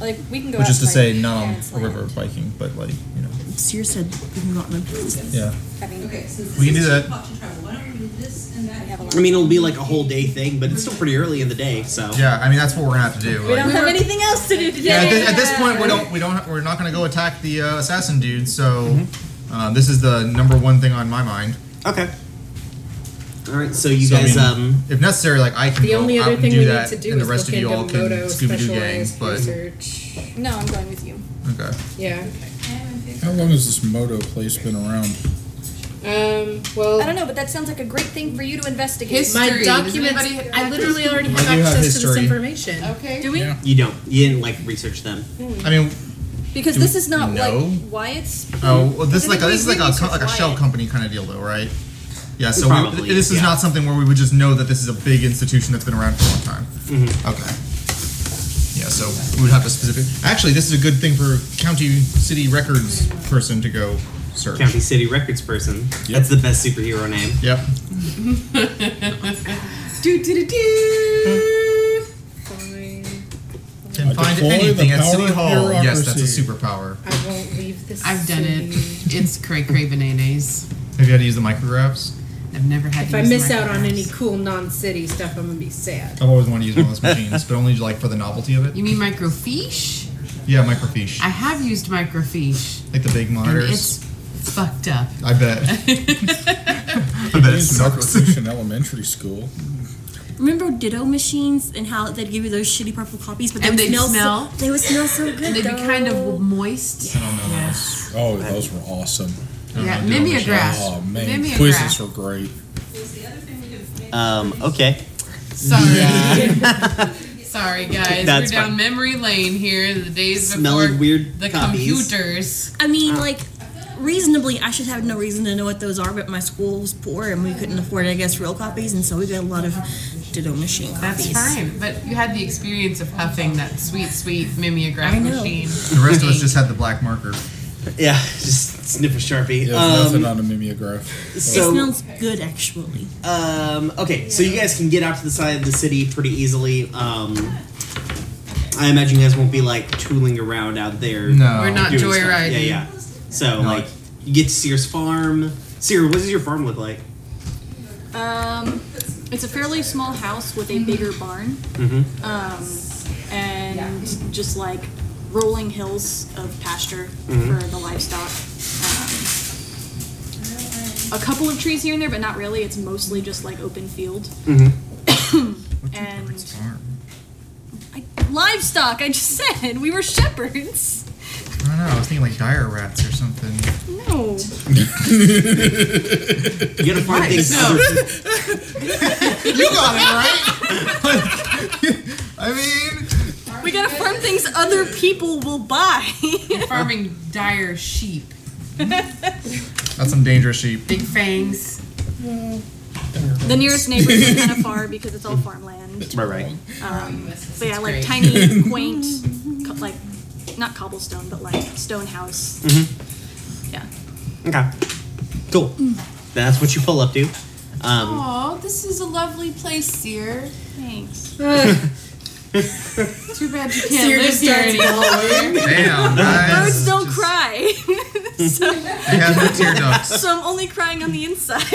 U: Like we can go.
J: which is to
U: outside
J: say
U: my
J: not on
U: parents'
J: a river Viking, but like you know,
F: Sear said we can go out in the
J: yeah.
U: I mean,
O: okay, so this
J: We can
O: is
J: do that.
O: Hot to travel. Why don't we do this and that?
E: I mean, it'll be like a whole day thing, but it's still pretty early in the day, so.
J: Yeah, I mean that's what we're gonna have to do.
G: We don't have anything else to do today.
J: Yeah, at this, at this point we don't we don't we're not gonna go attack the uh, assassin dude. So uh, this is the number one thing on my mind.
E: Okay. All right, so you
J: So, I
E: guys,
J: mean,
E: um,
J: if necessary, like I can
G: The
J: go
G: only
J: out
G: other
J: and
G: thing
J: do
G: we need
J: that,
G: to do
J: and the
G: is
J: rest
G: look
J: of you all
G: into
J: can
G: Moto
J: Scooby Doo gangs.
G: specialized
J: But
G: research.
U: No, I'm going with you.
J: okay,
G: Yeah.
C: How long has this moto place been around?
G: Um. Well,
U: I don't know, but that sounds like a great thing for you to investigate.
H: History.
G: my
H: Does
G: documents.
H: anybody have
G: I literally
H: access to-
G: already
J: I
G: have
J: do have
G: access to this
J: history.
G: information.
H: Okay.
U: Do we?
J: Yeah.
E: you don't, you didn't like research them.
J: I mean,
U: Because
J: Do
U: this
J: we
U: is not
J: know?
U: like Wyatt's.
J: oh, well, this
U: Because
J: is like a,
U: if
J: this is
U: we
J: like a co-
U: research
J: like a shell
U: Wyatt-
J: company kind of deal, though, right? Yeah. So we,
E: Probably,
J: this is
E: yeah.
J: not something where we would just know that this is a big institution that's been around for a long time.
E: Mm-hmm.
J: Okay. Yeah. So we would have to specific. Actually, this is a good thing for county city records person to go search.
E: County City Records person. That's the best superhero name.
J: Yep.
H: Do do do
C: Hmm.
H: do.
J: Can
C: Uh,
J: find
C: deploy the
J: anything at
C: power
J: City
C: of
J: Hall. Yes, that's a
C: bureaucracy.
J: superpower.
G: I won't leave this.
H: I've done it. It's cray cray bananas.
J: Have you had to use the micrographs?
H: I've never had.
G: If
H: to
G: I
H: use
G: miss
H: my
G: out on
H: powers.
G: any cool non-city stuff, I'm gonna be sad.
J: I've always wanted to use one of those machines, but only like for the novelty of it.
H: You mean microfiche?
J: Yeah, microfiche.
H: I have used microfiche,
J: Like the big
H: and
J: monitors.
H: it's fucked up.
J: I bet. I bet it
C: It's
J: sucks.
C: microfiche in elementary school.
F: Remember Ditto machines and how they'd give you those shitty purple copies, but they
H: And
F: would
H: they'd
F: smell. so-
H: smell.
F: they would smell so good.
H: And they'd be
F: though.
H: kind of moist.
J: I don't know those.
C: Oh, those were awesome.
H: Yeah, mimeograph.
C: Oh man,
H: Mimeograph.
C: quizzes were great.
E: Um, okay.
H: Sorry. Sorry, guys.
E: That's
H: We're down
E: fine.
H: memory lane here. The days
E: Smelling
H: before
E: weird
H: the
E: copies.
H: computers.
F: I
J: Ah.
F: mean, like, reasonably, I should have no reason to know what those are, but my school was poor and we couldn't afford, I guess, real copies, and so we got a lot of Ditto machine
H: That's
F: copies.
H: fine. But you had the experience of huffing that sweet, sweet mimeograph
F: I know.
H: machine.
J: The rest of us just had the black marker.
E: Yeah, just sniff a sharpie.
C: There's
E: Um,
C: nothing on a mimeograph.
F: it
E: so,
F: smells good, actually.
E: um, okay, so you guys can get out to the side of the city pretty easily. Um, I imagine you guys won't be like tooling around out there.
J: No.
H: We're not
E: doing stuff.
H: joyriding.
E: Yeah, yeah. So
J: No.
E: like, you get to Sears Farm. Sear, what does your farm look like?
O: Um, it's a fairly small house with a bigger barn.
E: Mm-hmm.
O: um, and just like rolling hills of pasture
J: Mm-hmm.
E: Mhm.
O: for the livestock. Um, a couple of trees here and there, but not really. It's mostly just like open field
E: Mm-hmm.
O: and I, livestock. I just said we were shepherds.
J: I don't know. I was thinking like dire rats or something.
O: No,
E: You gotta find things. Other,
J: You got it right. I mean,
O: we gotta farm things other people will buy.
H: Farming dire sheep.
J: that's some dangerous sheep.
H: Big fangs.
O: the nearest neighbors are kind of far because it's all farmland.
E: right, right.
O: Um, but yeah, like
H: great.
O: tiny, quaint, co- like not cobblestone, but like stone house.
E: Mm-hmm.
O: Yeah.
E: Okay. Cool. That's what you pull up to. Um,
H: Oh, this is a lovely place, dear.
O: Thanks.
H: Too bad you can't
G: Sear
H: live
G: just
H: here
G: starts
H: anymore.
J: Damn, guys.
O: Birds don't cry, so,
J: They have no tear ducts.
O: so I'm only crying on the inside.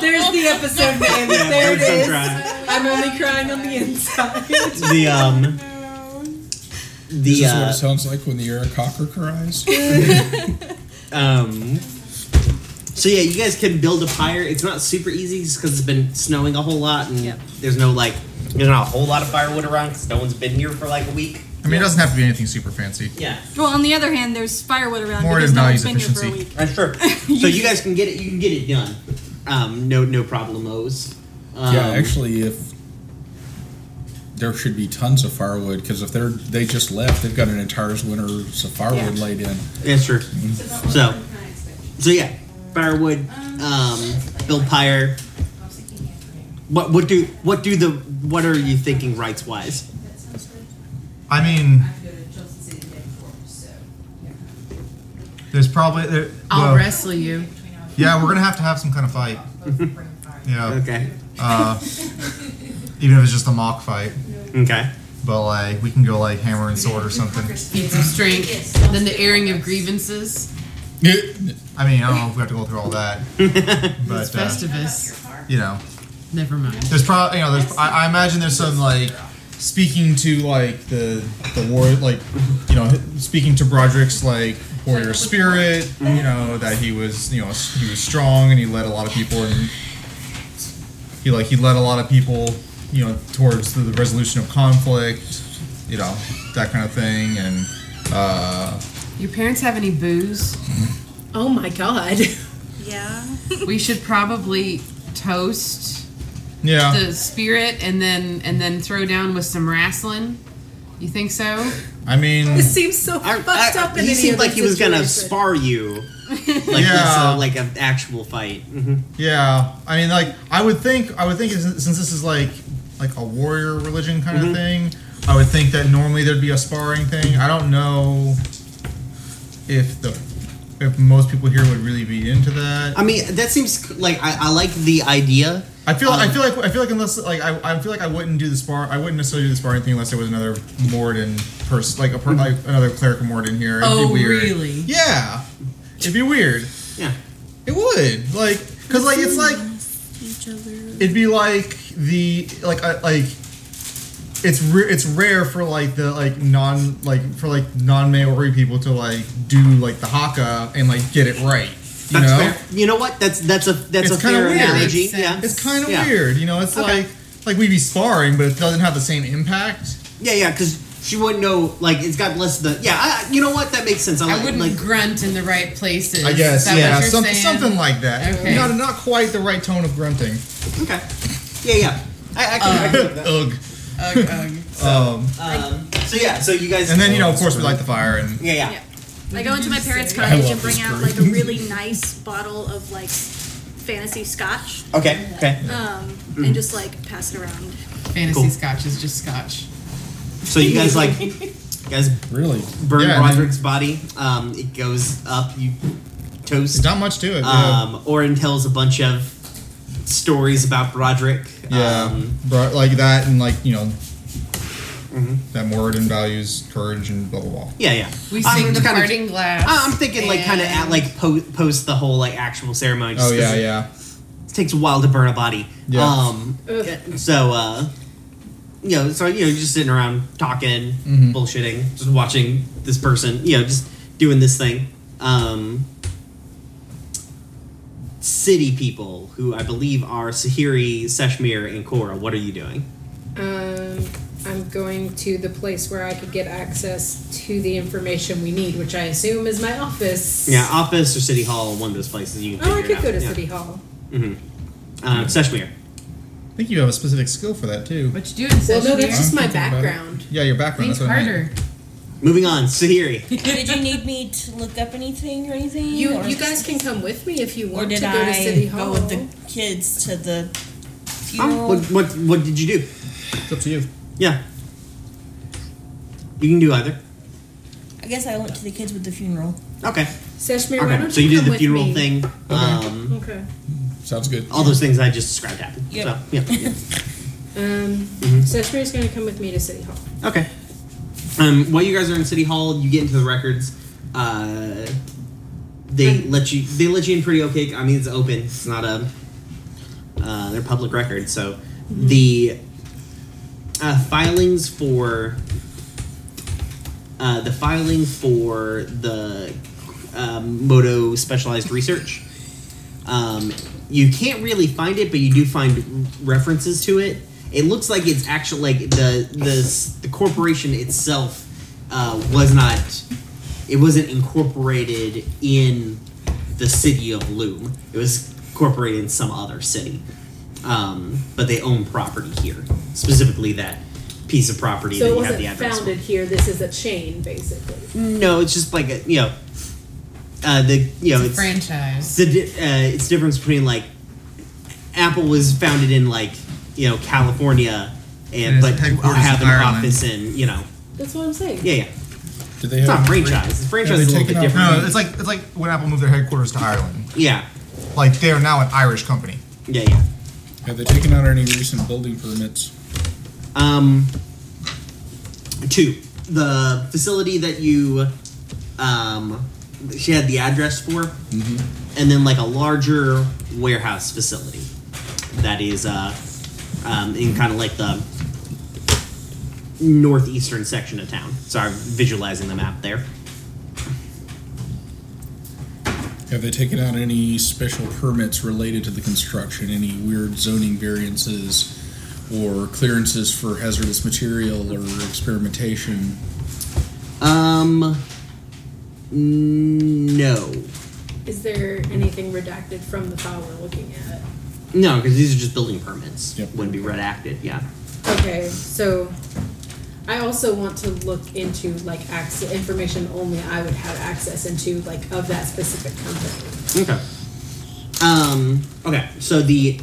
G: There's the episode name. there it
E: birds don't
G: is.
E: cry.
G: I'm only crying on the inside.
E: the um The,
C: is this
E: uh,
C: what it sounds like when the Eric Cocker cries?
E: Um, so yeah, you guys can build a fire. It's not super easy just because it's been snowing a whole lot and there's no like there's not a whole lot of firewood around because no one's been here for like a week.
J: I mean, it doesn't have to be anything super fancy.
E: Yeah.
S: Well, on the other hand, there's firewood around.
J: More
S: because
J: in
S: no one's
J: values
S: been here for a
J: efficiency.
S: week.
E: That's true. so you guys can get it. You can get it done. Um, no, no problemos. Um,
C: yeah, actually, if there should be tons of firewood because if they're they just left, they've got an entire winter's of firewood
E: Yeah.
C: laid in.
E: That's true. So, so yeah, firewood, um, build pyre. What what do what do the what are you thinking rights wise?
J: I mean, there's probably there,
H: I'll
J: well,
H: wrestle you.
J: Yeah, we're gonna have to have some kind of fight. yeah.
E: Okay.
J: Uh, even if it's just a mock fight.
E: Okay.
J: But like, we can go like hammer and sword or something.
H: Feed some strength. Then the airing of grievances.
J: I mean, I don't know if we have to go through all that. But
H: It's Festivus.
J: Uh, you know,
H: Never mind.
J: There's probably you know there's I, I imagine there's some like
Q: speaking to like the the war like you know speaking to Broderick's like warrior spirit you know that he was you know he was strong and he led a lot of people and he like he led a lot of people you know towards the, the resolution of conflict you know that kind of thing and uh
H: Your parents have any booze?
G: Oh my god.
H: Yeah. we should probably toast
Q: Yeah.
H: the spirit and then and then throw down with some wrestling. You think so?
Q: I mean
G: This seems so Oh, fucked up in
E: He
G: any
E: seemed
G: other
E: like he was gonna
G: situation.
E: spar you, like
J: Yeah.
E: so, like an actual fight.
J: yeah. I mean like I would think I would think since since this is like like a warrior religion kind
H: Mm-hmm.
Q: Mhm.
J: of thing, I would think that normally there'd be a sparring thing. I don't know if the if most people here would really be into that.
E: I mean, that seems c- like I, I like the idea.
J: I feel I
E: Um,
J: feel like I feel like unless like I, I feel like I wouldn't do the spar I wouldn't necessarily do the sparring thing unless there was another Morden person like a per, like another cleric of Morden here. It'd
H: Mm-hmm. Oh,
J: be weird.
H: really?
J: Yeah, it'd be weird.
E: Yeah,
J: it would like because like it's like
F: Each other.
J: it'd be like the like uh, like it's re- it's rare for like the like non like for like non Maori people to like do like the haka and like get it right. You
E: That's
J: know?
E: fair. You know what? That's that's a that's
J: It's
E: a
J: kinda
E: fair
J: weird.
E: analogy.
J: Makes
E: Yeah,
J: It's kind of
E: Yeah.
J: weird, you know. It's
E: Okay.
J: like like we'd be sparring, but it doesn't have the same impact.
E: Yeah, yeah, because she wouldn't know. Like, it's got less the. Yeah, I, you know what? That makes sense.
H: I
E: I, like,
H: wouldn't
E: like
H: grunt in the right places.
J: I guess,
H: Is that
J: yeah,
H: what you're
J: some,
H: saying?
J: something like that.
H: Okay.
J: Not not quite the right tone of grunting.
E: Okay. Yeah, yeah. I, I can. I can
J: Ugh.
H: Ugh, ugh.
J: Um,
E: um, so yeah, so you guys.
J: and then you know, of course, we light the fire and
E: Yeah, yeah.
T: I go into my parents'
J: I
T: cottage
J: love
T: and bring
J: this
T: out
J: brew.
T: like a really nice bottle of like fantasy scotch.
E: Okay. Okay.
T: Um,
E: Mm.
T: and just like pass it around.
H: Fantasy
E: Cool.
H: scotch is just scotch.
E: So you guys like, you guys
C: really
E: burn
H: Yeah, and then-
E: Roderick's body. Um, it goes up. You toast.
J: not much to it.
E: Um, Orin tells a bunch of stories about Broderick.
J: yeah,
E: Um,
J: bro- like that, and like you know, that Moradin values courage and blah blah blah.
E: yeah, yeah.
H: We
E: I'm
H: sing the
E: kinda-
H: parting glass.
E: Uh, I'm thinking like kind of at like po- post the whole like actual ceremony. just
J: Oh
E: 'cause
J: yeah,
E: it-
J: yeah.
E: It takes a while to burn a body.
J: Yeah.
E: Um, so, uh, you know, so you know, just sitting around talking,
J: Mhm.
E: bullshitting, just watching this person, you know, just doing this thing. Um, city people, who I believe are Sahiri, Seshmir, and Korra. What are you doing?
G: Um, I'm going to the place where I could get access to the information we need, which I assume is my office.
E: Yeah, office or city hall, one of those places you can.
G: Oh, I
E: figure
G: could
E: it out.
G: go to
E: Yeah.
G: City Hall.
E: Mhm. Uh, Seshmir.
J: I think you have a specific skill for that too.
H: What you doing?
G: Well, no,
H: Session
G: that's just
H: here?
G: my
J: background.
G: background.
J: Yeah, your background.
H: Things
J: that's what I meant.
H: harder.
E: Moving on, Sahiri.
F: Did you need me to look up anything or anything?
G: You
F: or
G: you guys can come with me if you
F: Or
G: want to
F: did
G: go
F: I
G: to City Hall.
F: go with the kids to the
E: Huh?
F: funeral?
E: What, what what did you do?
J: It's up to you.
E: Yeah. You can do either.
F: I guess I went to the kids with the funeral.
E: Okay.
G: Seshmir, why
E: Okay.
G: don't
E: So
G: you
E: you did
G: come
E: the
G: with
E: funeral
G: me?
E: thing. Um,
G: Okay.
C: Sounds good.
E: all those things I just described happened.
G: Yep.
E: So yeah. yeah.
G: Um,
E: Mhm.
G: Seshmir's going to come with me to City Hall.
E: okay. Um, while you guys are in City Hall, you get into the records. Uh, they let you. They let you in pretty okay. I mean, it's open. It's not a. Uh, they're public records, so
G: Mm-hmm.
E: the uh, filings for uh, the filing for the um, Moto Specialized Research. Um, you can't really find it, but you do find references to it. It looks like it's actually like the the the corporation itself uh, was not. It wasn't incorporated in the city of Loom. It was incorporated in some other city, um, but they own property here, specifically that piece of property
G: So
E: that
G: it
E: you have the
G: wasn't
E: address. for.
G: founded here. This is a chain, basically.
E: No, it's just like a you know, uh, the you know
G: It's a
E: it's
H: franchise.
E: It's the di- uh, it's the difference between like Apple was founded in like you know California, and,
C: And
E: but
C: its headquarters
E: have
C: in
E: an
C: Ireland.
E: office in you know
G: That's what I'm saying.
E: yeah yeah.
C: Do
E: it's not franchise. It's franchise is a little bit different.
J: No, it's like it's like when Apple moved their headquarters to Ireland.
E: Yeah.
J: Like they are now an Irish company.
E: Yeah, yeah.
C: Have they taken out any recent building permits?
E: Um, two. The facility that you, um, she had the address for, and then like a larger warehouse facility that is uh, um, in kind of like the northeastern section of town. Sorry, I'm visualizing the map there.
C: Have they taken out any special permits related to the construction? Any weird zoning variances or clearances for hazardous material or experimentation?
E: Um, no,
G: Is there anything redacted from the file we're looking at?
E: no, because these are just building permits. Wouldn't be redacted. Yeah.
G: Okay, so I also want to look into like access information only I would have access into like of that specific company.
E: Okay. Um. Okay. So the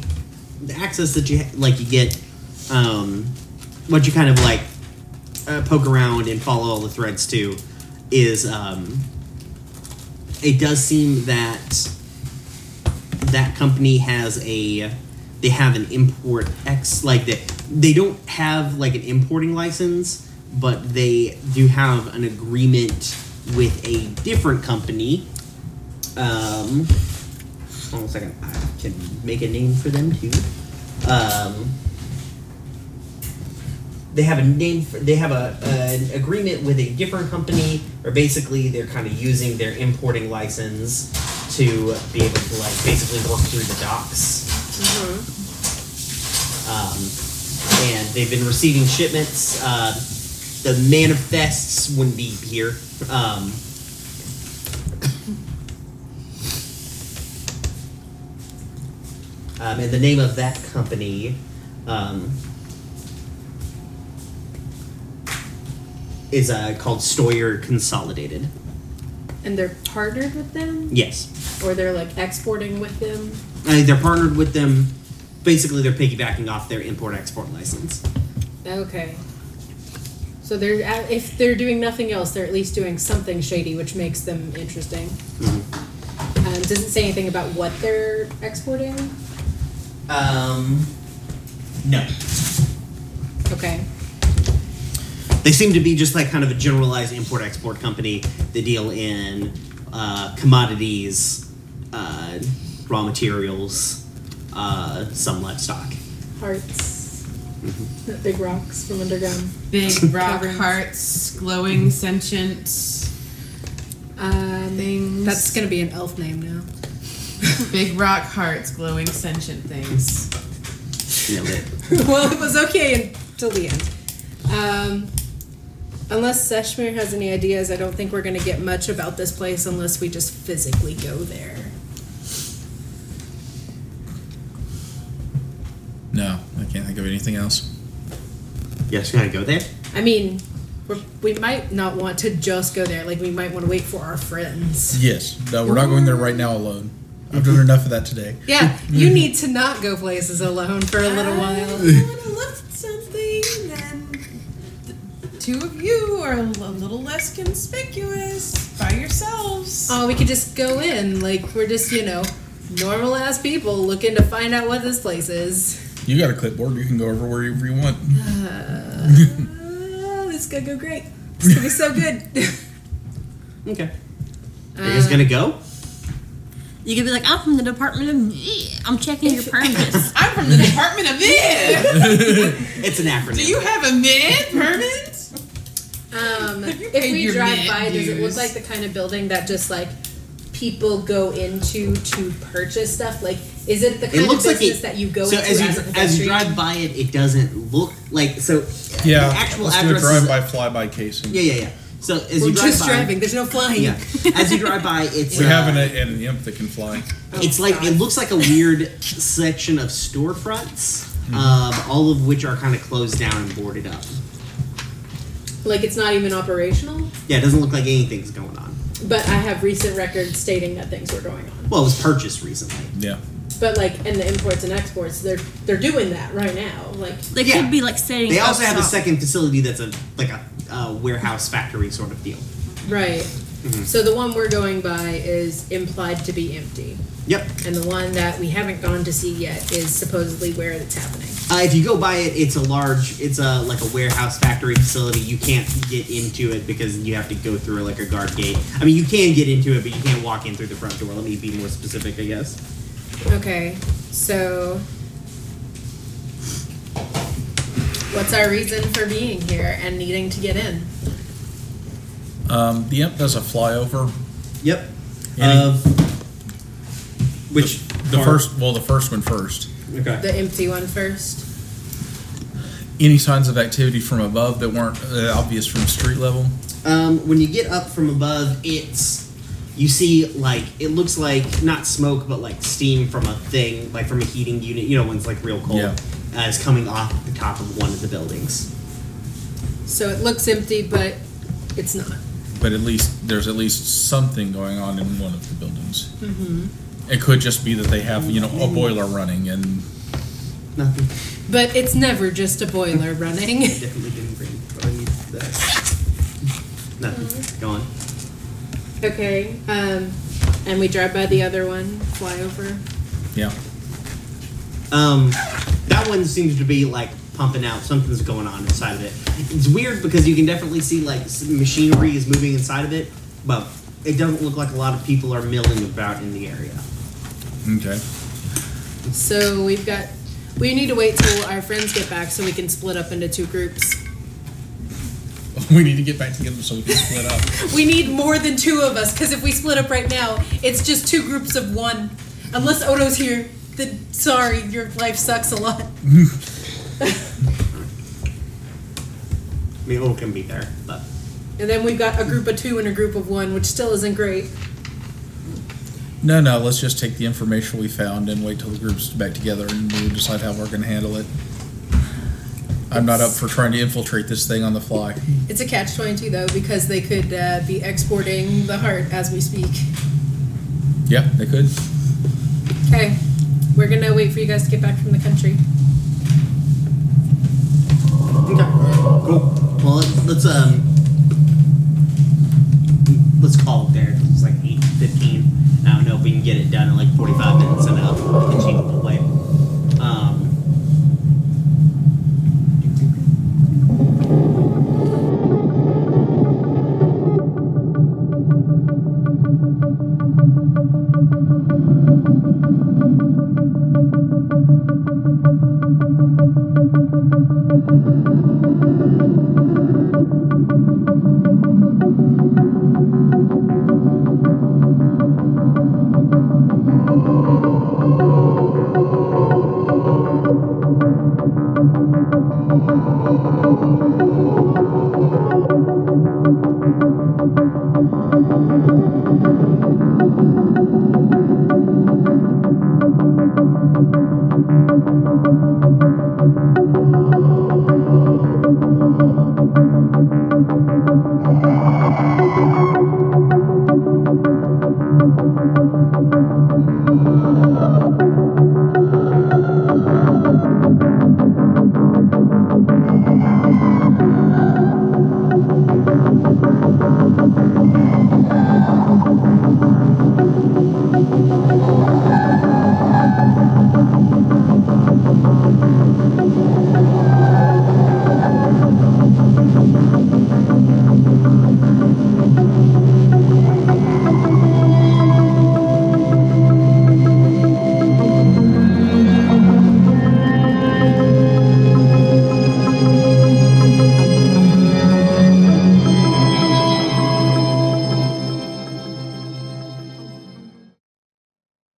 E: the access that you ha- like you get, um, what you kind of like uh, poke around and follow all the threads to, is um, it does seem that that company has a they have an import X like they they don't have like an importing license, but they do have an agreement with a different company. Um, hold on a second. I can make a name for them too. Um, they have a name for they have a an agreement with a different company, or basically they're kind of using their importing license to be able to like basically work through the docks. Um, and they've been receiving shipments. Uh, the manifests wouldn't be here. Um, um, and the name of that company um, is uh, called Stoyer Consolidated.
G: And they're partnered with them?
E: Yes.
G: Or they're like exporting with them?
E: Uh, they're partnered with them. Basically, they're piggybacking off their import export license.
G: Okay. So they're at- if they're doing nothing else, they're at least doing something shady, which makes them interesting. Um, doesn't say anything about what they're exporting.
E: Um, no.
G: Okay.
E: They seem to be just like kind of a generalized import export company. They deal in uh, commodities, uh, raw materials, uh, some livestock.
G: Hearts. Big rocks from underground.
H: Big rock hearts, glowing sentient
G: um,
H: things.
G: That's gonna be an elf name now.
H: Big rock hearts, glowing sentient things.
E: Nailed it.
G: well, it was okay until the end. Um, unless Seshmir has any ideas, I don't think we're going to get much about this place unless we just physically go there.
C: No, I can't think of anything else.
E: Yes, can I go there?
G: I mean, we're, we might not want to just go there. Like, we might want to wait for our friends.
C: Yes. No, we're not going there right now alone. I've done enough of that today.
G: Yeah, you need to not go places alone for a little while.
H: Something then the two of you are a little less conspicuous by yourselves.
G: Oh, we could just go in. Like, we're just, you know, normal ass people looking to find out what this place is.
C: You got a clipboard. You can go over wherever you want.
G: Uh,
H: Oh,
G: this is going to go great. It's going to be so good.
E: okay. Are you guys gonna go?
F: You could be like, I'm from the Department of. I'm checking your permits.
H: I'm from the Department of Ed.
E: it's an acronym.
H: Do you have a med permit?
G: Um, if
R: paid
G: we
R: your
G: drive
R: net
G: by, does it look
R: dues.
G: like the kind of building that just like people go into to purchase stuff? Like, is it the kind
E: it looks
G: of
E: like
G: business
E: it,
G: that you go
E: so
G: into
E: as you,
G: as a
E: as you
G: pedestrian?
E: drive by it, it doesn't look like so. uh,
V: Yeah,
E: the actual
V: let's
E: address
V: do a
E: is-
V: drive-by, fly-by casing.
E: Yeah, yeah, yeah. So as
V: We're
E: you drive
V: just
E: by,
V: driving,
G: There's no flying.
E: Yeah, as you drive by, it's
V: we
E: uh,
V: have an, an imp that can fly.
E: It's like it looks like a weird section of storefronts,
V: Mhm.
E: um, all of which are kind of closed down and boarded up.
G: Like, it's not even operational,
E: Yeah, it doesn't look like anything's going on.
G: but I have recent records stating that things were going on.
E: Well, it was purchased recently.
V: Yeah.
G: But like, and the imports and exports, they're they're doing that right now. Like,
F: They could be like saying. "Oh,
E: They also have a second facility that's a like a, uh warehouse factory sort of deal.
G: Right.
E: Mhm.
G: So the one we're going by is implied to be empty.
E: Yep.
G: And the one that we haven't gone to see yet is supposedly where it's happening.
E: Uh, if you go by it, it's a large, it's a like a warehouse factory facility. You can't get into it because you have to go through like a guard gate. I mean, you can get into it, but you can't walk in through the front door. Let me be more specific, I guess.
G: Okay. So what's our reason for being here and needing to get in?
P: Um, the imp does a flyover.
E: Yep.
P: Of
E: which
P: the
E: part?
P: first? Well, the first one first.
E: Okay.
G: The empty one first.
P: Any signs of activity from above that weren't uh, obvious from street level?
E: Um, when you get up from above, it's you see like it looks like not smoke, but like steam from a thing, like from a heating unit. You know, when it's like real cold,
P: Yeah.
E: uh, is coming off the top of one of the buildings.
G: So it looks empty, but it's not.
P: But at least there's at least something going on in one of the buildings.
G: Mm-hmm.
P: It could just be that they have you know a boiler running and
E: nothing.
G: But it's never just a boiler running.
E: Definitely didn't bring what I need. Nothing. Go on.
G: okay. Um, and we drive by the other one, flyover.
P: Yeah.
E: Um, that one seems to be like pumping out. Something's going on inside of it. It's weird because you can definitely see like s- machinery is moving inside of it, but it doesn't look like a lot of people are milling about in the area.
P: okay.
G: So we've got. We need to wait till our friends get back so we can split up into two groups.
P: we need to get back together so we can split up.
G: We need more than two of us because if we split up right now, it's just two groups of one. Unless Odo's here, then sorry, your life sucks a lot.
E: I mean, Odo can be there, but
G: And then we've got a group of two and a group of one, which still isn't great.
P: No, no. Let's just take the information we found and wait till the group's back together and we decide how we're going to handle it. I'm not up for trying to infiltrate this thing on the fly.
G: It's a catch 22 though, because they could uh, be exporting the heart as we speak.
P: Yeah, they could.
G: Okay, we're gonna wait for you guys to get back from the country.
E: cool. Well, let's, let's um, let's call it there. It's like eight fifteen. I don't know if we can get it done in like forty five minutes in a achievable way. Um,